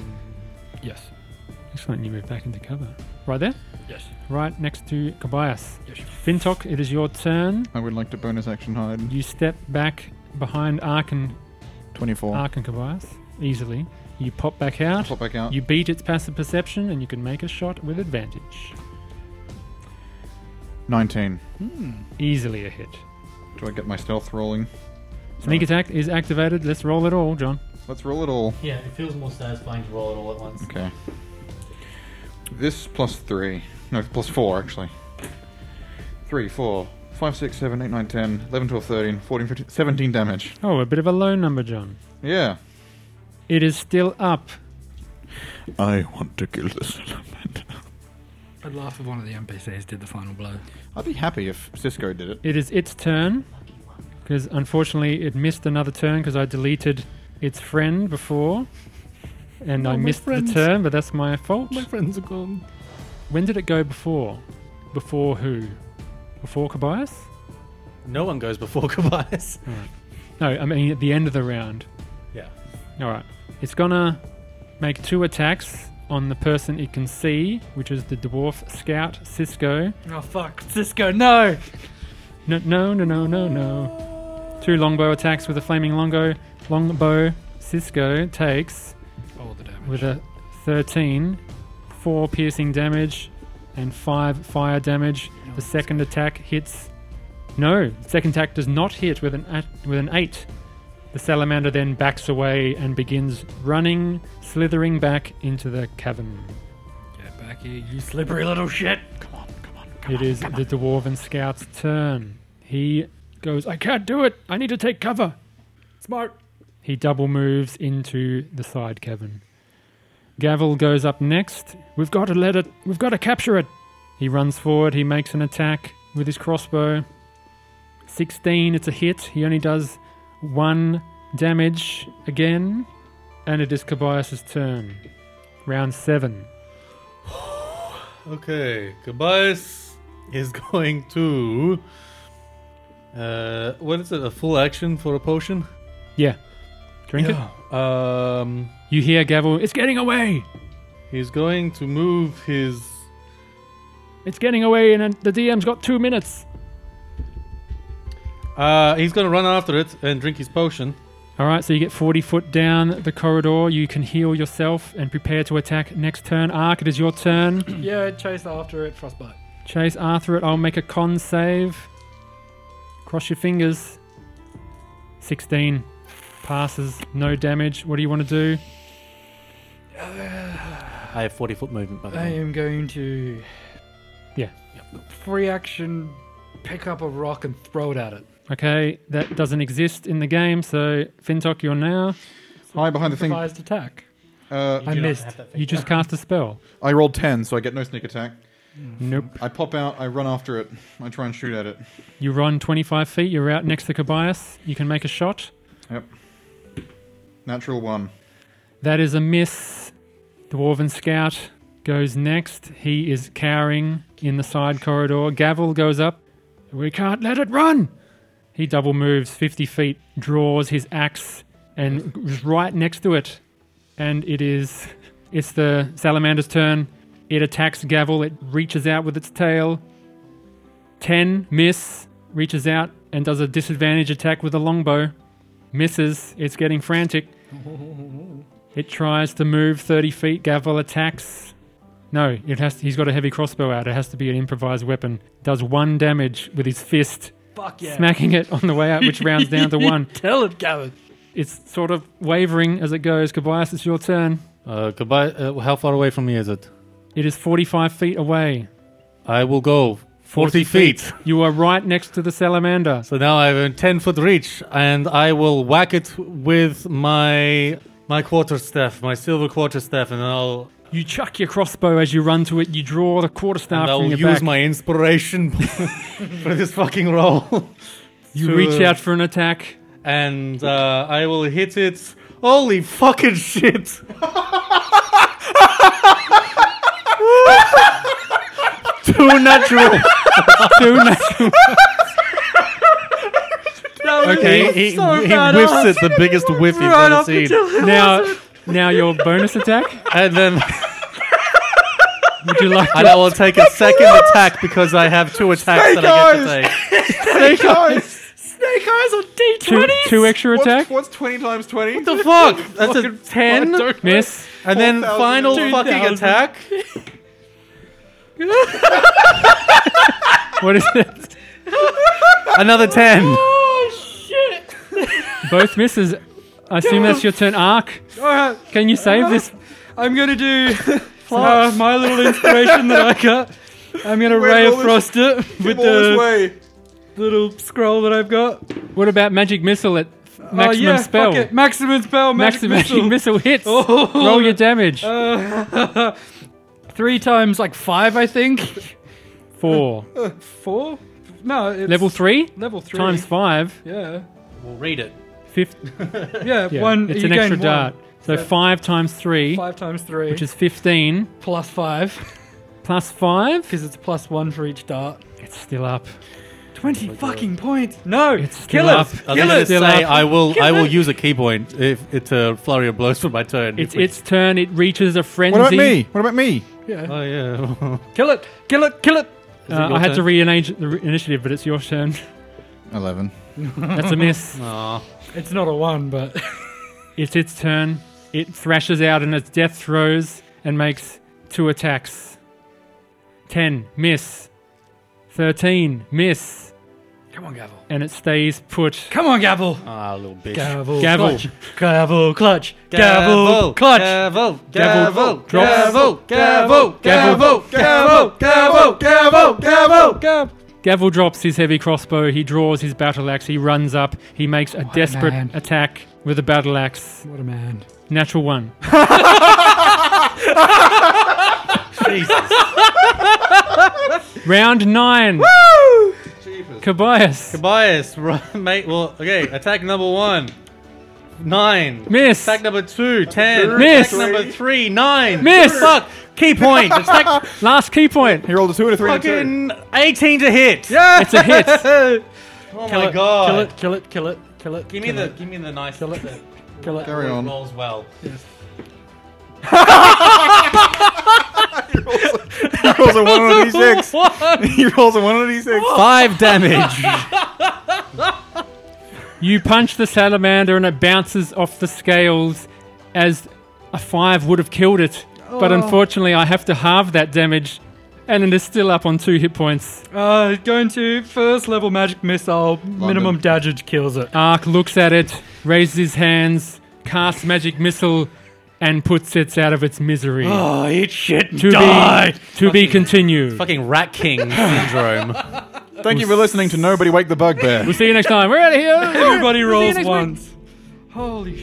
[SPEAKER 4] Yes.
[SPEAKER 2] Excellent, you move back into cover. Right there?
[SPEAKER 4] Yes.
[SPEAKER 2] Right next to Kobayas.
[SPEAKER 4] Yes.
[SPEAKER 2] Fintok, it is your turn.
[SPEAKER 1] I would like to bonus action hide.
[SPEAKER 2] You step back behind Ark and,
[SPEAKER 1] 24.
[SPEAKER 2] Ark and Kobayas easily. You pop back out.
[SPEAKER 1] Pop back out.
[SPEAKER 2] You beat its passive perception and you can make a shot with advantage.
[SPEAKER 1] 19.
[SPEAKER 2] Easily a hit.
[SPEAKER 1] Do I get my stealth rolling?
[SPEAKER 2] Sneak attack is activated. Let's roll it all, John.
[SPEAKER 1] Let's roll it all.
[SPEAKER 7] Yeah, it feels more satisfying to roll it all at once.
[SPEAKER 1] Okay. This plus 3. No, plus 4 actually. 3, 4, 5, 6, 7, 8, 9, 10, 11, 12, 13, 14, 15, 17 damage.
[SPEAKER 2] Oh, a bit of a low number, John.
[SPEAKER 1] Yeah.
[SPEAKER 2] It is still up.
[SPEAKER 1] I want to kill the salamander.
[SPEAKER 4] I'd laugh if one of the NPCs did the final blow.
[SPEAKER 1] I'd be happy if Cisco did it.
[SPEAKER 2] It is its turn. Because unfortunately, it missed another turn because I deleted its friend before. And
[SPEAKER 3] No,
[SPEAKER 2] I
[SPEAKER 3] my
[SPEAKER 2] missed
[SPEAKER 3] friends.
[SPEAKER 2] the turn, but that's my fault.
[SPEAKER 3] My friends are gone.
[SPEAKER 2] When did it go before? Before who? Before Kobayas?
[SPEAKER 3] No one goes before Kobayas.
[SPEAKER 2] No, I mean at the end of the round.
[SPEAKER 3] Yeah.
[SPEAKER 2] Alright. It's gonna make two attacks on the person it can see, which is the dwarf scout, Cisco.
[SPEAKER 4] Oh fuck, Cisco, no!
[SPEAKER 2] No, no, no, no, no, no. Two longbow attacks with a flaming longbow. Longbow Cisco takes
[SPEAKER 4] All the damage.
[SPEAKER 2] with a 13, four piercing damage, and five fire damage. The second attack hits. No, the second attack does not hit with an at- with an eight. The salamander then backs away and begins running, slithering back into the cavern.
[SPEAKER 4] Get back here, you slippery little shit!
[SPEAKER 2] It is the dwarven scout's turn. He goes, "I can't do it. I need to take cover."
[SPEAKER 4] Smart!
[SPEAKER 2] He double moves into the side cavern. Gavel goes up next. We've got to let it. We've got to capture it. He runs forward. He makes an attack with his crossbow. 16. It's a hit. He only does one damage again. And it is Kobayas' turn. Round seven.
[SPEAKER 3] Okay, Kobayas is going to. Uh, what is it? A full action for a potion?
[SPEAKER 2] Drink
[SPEAKER 3] it. Um,
[SPEAKER 2] it. You hear Gavel. It's getting away.
[SPEAKER 3] he's going to move his.
[SPEAKER 2] It's getting away. And the DM's got two minutes.
[SPEAKER 3] Uh, he's going to run after it and drink his potion.
[SPEAKER 2] All right, so you get 40 foot down the corridor. You can heal yourself and prepare to attack next turn. Ark, it is your turn.
[SPEAKER 4] yeah, chase after it, frostbite.
[SPEAKER 2] Chase Arthur it. I'll make a con save. Cross your fingers. 16 passes, no damage. What do you want to do?
[SPEAKER 7] I have 40 foot movement, by the
[SPEAKER 4] I
[SPEAKER 7] way.
[SPEAKER 4] am going to.
[SPEAKER 2] Yeah.
[SPEAKER 4] Free action, pick up a rock and throw it at it.
[SPEAKER 2] Okay, that doesn't exist in the game, so Fintok, you're now.
[SPEAKER 1] Hide behind the thing.
[SPEAKER 4] Improvised attack.
[SPEAKER 1] Uh,
[SPEAKER 4] I missed.
[SPEAKER 2] You just cast a spell.
[SPEAKER 1] I rolled 10, so I get no sneak attack.
[SPEAKER 2] Nope.
[SPEAKER 1] I pop out, I run after it, I try and shoot at it.
[SPEAKER 2] You run 25 feet, you're out next to Kobayas. You can make a shot.
[SPEAKER 1] Natural one.
[SPEAKER 2] That is a miss. Dwarven Scout goes next. He is cowering in the side corridor. Gavel goes up. We can't let it run! He double moves 50 feet, draws his axe, and is right next to it. And it is. It's the salamander's turn. It attacks Gavel. It reaches out with its tail. 10, miss, reaches out and does a disadvantage attack with a longbow. Misses. It's getting frantic. It tries to move 30 feet. Gavel attacks. No, it has. he's got a heavy crossbow out. It has to be an improvised weapon. Does one damage with his fist,
[SPEAKER 4] Fuck yeah.
[SPEAKER 2] smacking it on the way out, which rounds down to one.
[SPEAKER 4] Tell it, Gavin.
[SPEAKER 2] It's sort of wavering as it goes. Kobayas, it's your turn.
[SPEAKER 3] Uh, goodbye. Uh, how far away from me is it?
[SPEAKER 2] It is 45 feet away.
[SPEAKER 3] I will go 40, feet.
[SPEAKER 2] You are right next to the salamander.
[SPEAKER 3] So now I have a 10 foot reach, and I will whack it with my my quarter staff, my silver quarter staff, and I'll
[SPEAKER 2] You chuck your crossbow as you run to it. You draw the quarterstaff
[SPEAKER 3] and I'll
[SPEAKER 2] from your
[SPEAKER 3] use
[SPEAKER 2] back.
[SPEAKER 3] my inspiration for this fucking roll.
[SPEAKER 2] you
[SPEAKER 3] to-
[SPEAKER 2] reach out for an attack.
[SPEAKER 3] and uh, I will hit it. Holy fucking shit! Too natural.
[SPEAKER 2] Two natural-
[SPEAKER 3] Okay, he,
[SPEAKER 4] so
[SPEAKER 3] he
[SPEAKER 4] bad
[SPEAKER 3] whiffs
[SPEAKER 4] off.
[SPEAKER 3] it, the biggest whiff he's
[SPEAKER 4] Right
[SPEAKER 3] ever
[SPEAKER 4] off the
[SPEAKER 3] seen.
[SPEAKER 4] tip.
[SPEAKER 2] now, now your bonus attack.
[SPEAKER 3] And then
[SPEAKER 2] Would you like?
[SPEAKER 3] and I will take a second attack because I have two attacks that I get to take.
[SPEAKER 4] Snake eyes on
[SPEAKER 2] Two,
[SPEAKER 4] D20s.
[SPEAKER 2] two extra attack.
[SPEAKER 1] What's 20 times 20?
[SPEAKER 3] the fuck? That's a ten,
[SPEAKER 2] Miss.
[SPEAKER 3] and then
[SPEAKER 1] 4,000.
[SPEAKER 3] final
[SPEAKER 4] 2,000.
[SPEAKER 3] fucking attack.
[SPEAKER 2] What is it?
[SPEAKER 3] Another ten.
[SPEAKER 2] Both misses. I assume that's your turn. Arc.
[SPEAKER 4] Alright,
[SPEAKER 2] Can you save this?
[SPEAKER 4] I'm gonna do uh, my little inspiration that I got. I'm gonna
[SPEAKER 1] Wait,
[SPEAKER 4] ray
[SPEAKER 1] all
[SPEAKER 4] of
[SPEAKER 1] this-
[SPEAKER 4] frost it with
[SPEAKER 1] All this
[SPEAKER 4] the
[SPEAKER 1] way.
[SPEAKER 4] little scroll that I've got.
[SPEAKER 2] What about magic missile at f- maximum
[SPEAKER 4] oh, yeah,
[SPEAKER 2] spell?
[SPEAKER 4] Fuck it. Maximum spell. Magic
[SPEAKER 2] Maximum magic
[SPEAKER 4] missile.
[SPEAKER 2] missile hits.
[SPEAKER 4] Oh.
[SPEAKER 2] Roll your damage.
[SPEAKER 4] Uh, three times like five, I think.
[SPEAKER 2] Four.
[SPEAKER 4] Four? No, it's
[SPEAKER 2] Level three
[SPEAKER 4] level three
[SPEAKER 2] times five.
[SPEAKER 4] Yeah,
[SPEAKER 3] We'll read it.
[SPEAKER 2] Fif-
[SPEAKER 4] yeah.
[SPEAKER 2] yeah,
[SPEAKER 4] One.
[SPEAKER 2] It's
[SPEAKER 4] you
[SPEAKER 2] an
[SPEAKER 4] gain
[SPEAKER 2] extra
[SPEAKER 4] one.
[SPEAKER 2] dart. So
[SPEAKER 4] So-
[SPEAKER 2] five times three,
[SPEAKER 4] Five times three,
[SPEAKER 2] which is fifteen,
[SPEAKER 4] plus five,
[SPEAKER 2] plus five.
[SPEAKER 4] because it's plus one for each dart.
[SPEAKER 2] It's still up.
[SPEAKER 4] Twenty fucking points. No,
[SPEAKER 2] It's still
[SPEAKER 4] kill
[SPEAKER 2] up.
[SPEAKER 4] it.
[SPEAKER 3] I was
[SPEAKER 2] Kill
[SPEAKER 3] gonna
[SPEAKER 2] it.
[SPEAKER 3] say
[SPEAKER 2] Still up.
[SPEAKER 3] I will. I will use a key point if it's a flurry of blows for my turn.
[SPEAKER 2] It's
[SPEAKER 3] If we-
[SPEAKER 2] its turn. It reaches a frenzy.
[SPEAKER 1] What about me? What about me?
[SPEAKER 4] Yeah,
[SPEAKER 3] Oh yeah.
[SPEAKER 4] kill it. Kill it. Kill it.
[SPEAKER 2] Uh,
[SPEAKER 3] Is it your
[SPEAKER 2] I had to
[SPEAKER 3] turn?
[SPEAKER 2] rearrange the re- initiative, but it's your turn.
[SPEAKER 1] 11.
[SPEAKER 2] That's a miss.
[SPEAKER 3] Aw.
[SPEAKER 4] It's not a one, but
[SPEAKER 2] It's its turn. It thrashes out in its death throes and makes two attacks. 10, miss. 13, miss.
[SPEAKER 4] come on, gavel. Oh.
[SPEAKER 2] And it stays put.
[SPEAKER 4] Come on, gavel.
[SPEAKER 3] Ah, little bitch.
[SPEAKER 4] Gavel.
[SPEAKER 2] Gavel.
[SPEAKER 4] Clutch. Gavel. Clutch. Gavel. clutch.
[SPEAKER 3] Gavel.
[SPEAKER 2] Gavel,
[SPEAKER 3] Gavel.
[SPEAKER 2] drops.
[SPEAKER 3] Gavel. Gavel.
[SPEAKER 2] Gavel.
[SPEAKER 3] Gavel. Gavel. Gavel.
[SPEAKER 1] Gavel! Gavel!
[SPEAKER 4] Gavel.
[SPEAKER 2] Gavel drops his heavy crossbow. He draws his battle axe. He runs up. He makes a desperate
[SPEAKER 4] man.
[SPEAKER 2] attack with a battle axe.
[SPEAKER 4] What a man.
[SPEAKER 2] Natural one.
[SPEAKER 3] Jesus.
[SPEAKER 2] Round nine. Woo! Kobayas.
[SPEAKER 3] Tobias, run, mate. Well, okay. Attack number one. Nine.
[SPEAKER 2] Miss.
[SPEAKER 3] Attack number two. Ten.
[SPEAKER 2] Miss.
[SPEAKER 3] Attack number three. Nine.
[SPEAKER 2] Miss.
[SPEAKER 3] Fuck. Key point. Attack
[SPEAKER 2] Last key point.
[SPEAKER 1] He rolled a 2 and a 3 and a 2.
[SPEAKER 3] fucking 18 to hit.
[SPEAKER 2] It's a hit.
[SPEAKER 3] oh my
[SPEAKER 4] it,
[SPEAKER 3] god.
[SPEAKER 4] Kill it. Kill it. Kill it. Kill it.
[SPEAKER 3] Give me
[SPEAKER 4] kill
[SPEAKER 3] the
[SPEAKER 4] it,
[SPEAKER 3] give me the nice
[SPEAKER 4] Kill it.
[SPEAKER 3] that
[SPEAKER 4] Kill it.
[SPEAKER 1] Carry on.
[SPEAKER 3] rolls well.
[SPEAKER 1] He rolls a 1 on a d6. He rolls a 1 on a d6.
[SPEAKER 3] Five damage.
[SPEAKER 2] You punch the salamander and it bounces off the scales as a five would have killed it.
[SPEAKER 3] Oh.
[SPEAKER 2] But unfortunately, I have to halve that damage and it is still up on two hit points.
[SPEAKER 4] Uh, going to first level magic missile. Minimum damage kills it.
[SPEAKER 2] Ark looks at it, raises his hands, casts magic missile, and puts it out of its misery.
[SPEAKER 4] Oh, eat shit.
[SPEAKER 2] to be, to be continued.
[SPEAKER 3] Fucking Rat King syndrome.
[SPEAKER 1] Thank you for listening to Nobody Wake the Bugbear.
[SPEAKER 2] We'll see you next time. We're out of here.
[SPEAKER 4] Everybody
[SPEAKER 2] We'll
[SPEAKER 4] rolls
[SPEAKER 2] see you next week.
[SPEAKER 4] once. Holy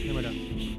[SPEAKER 4] shit.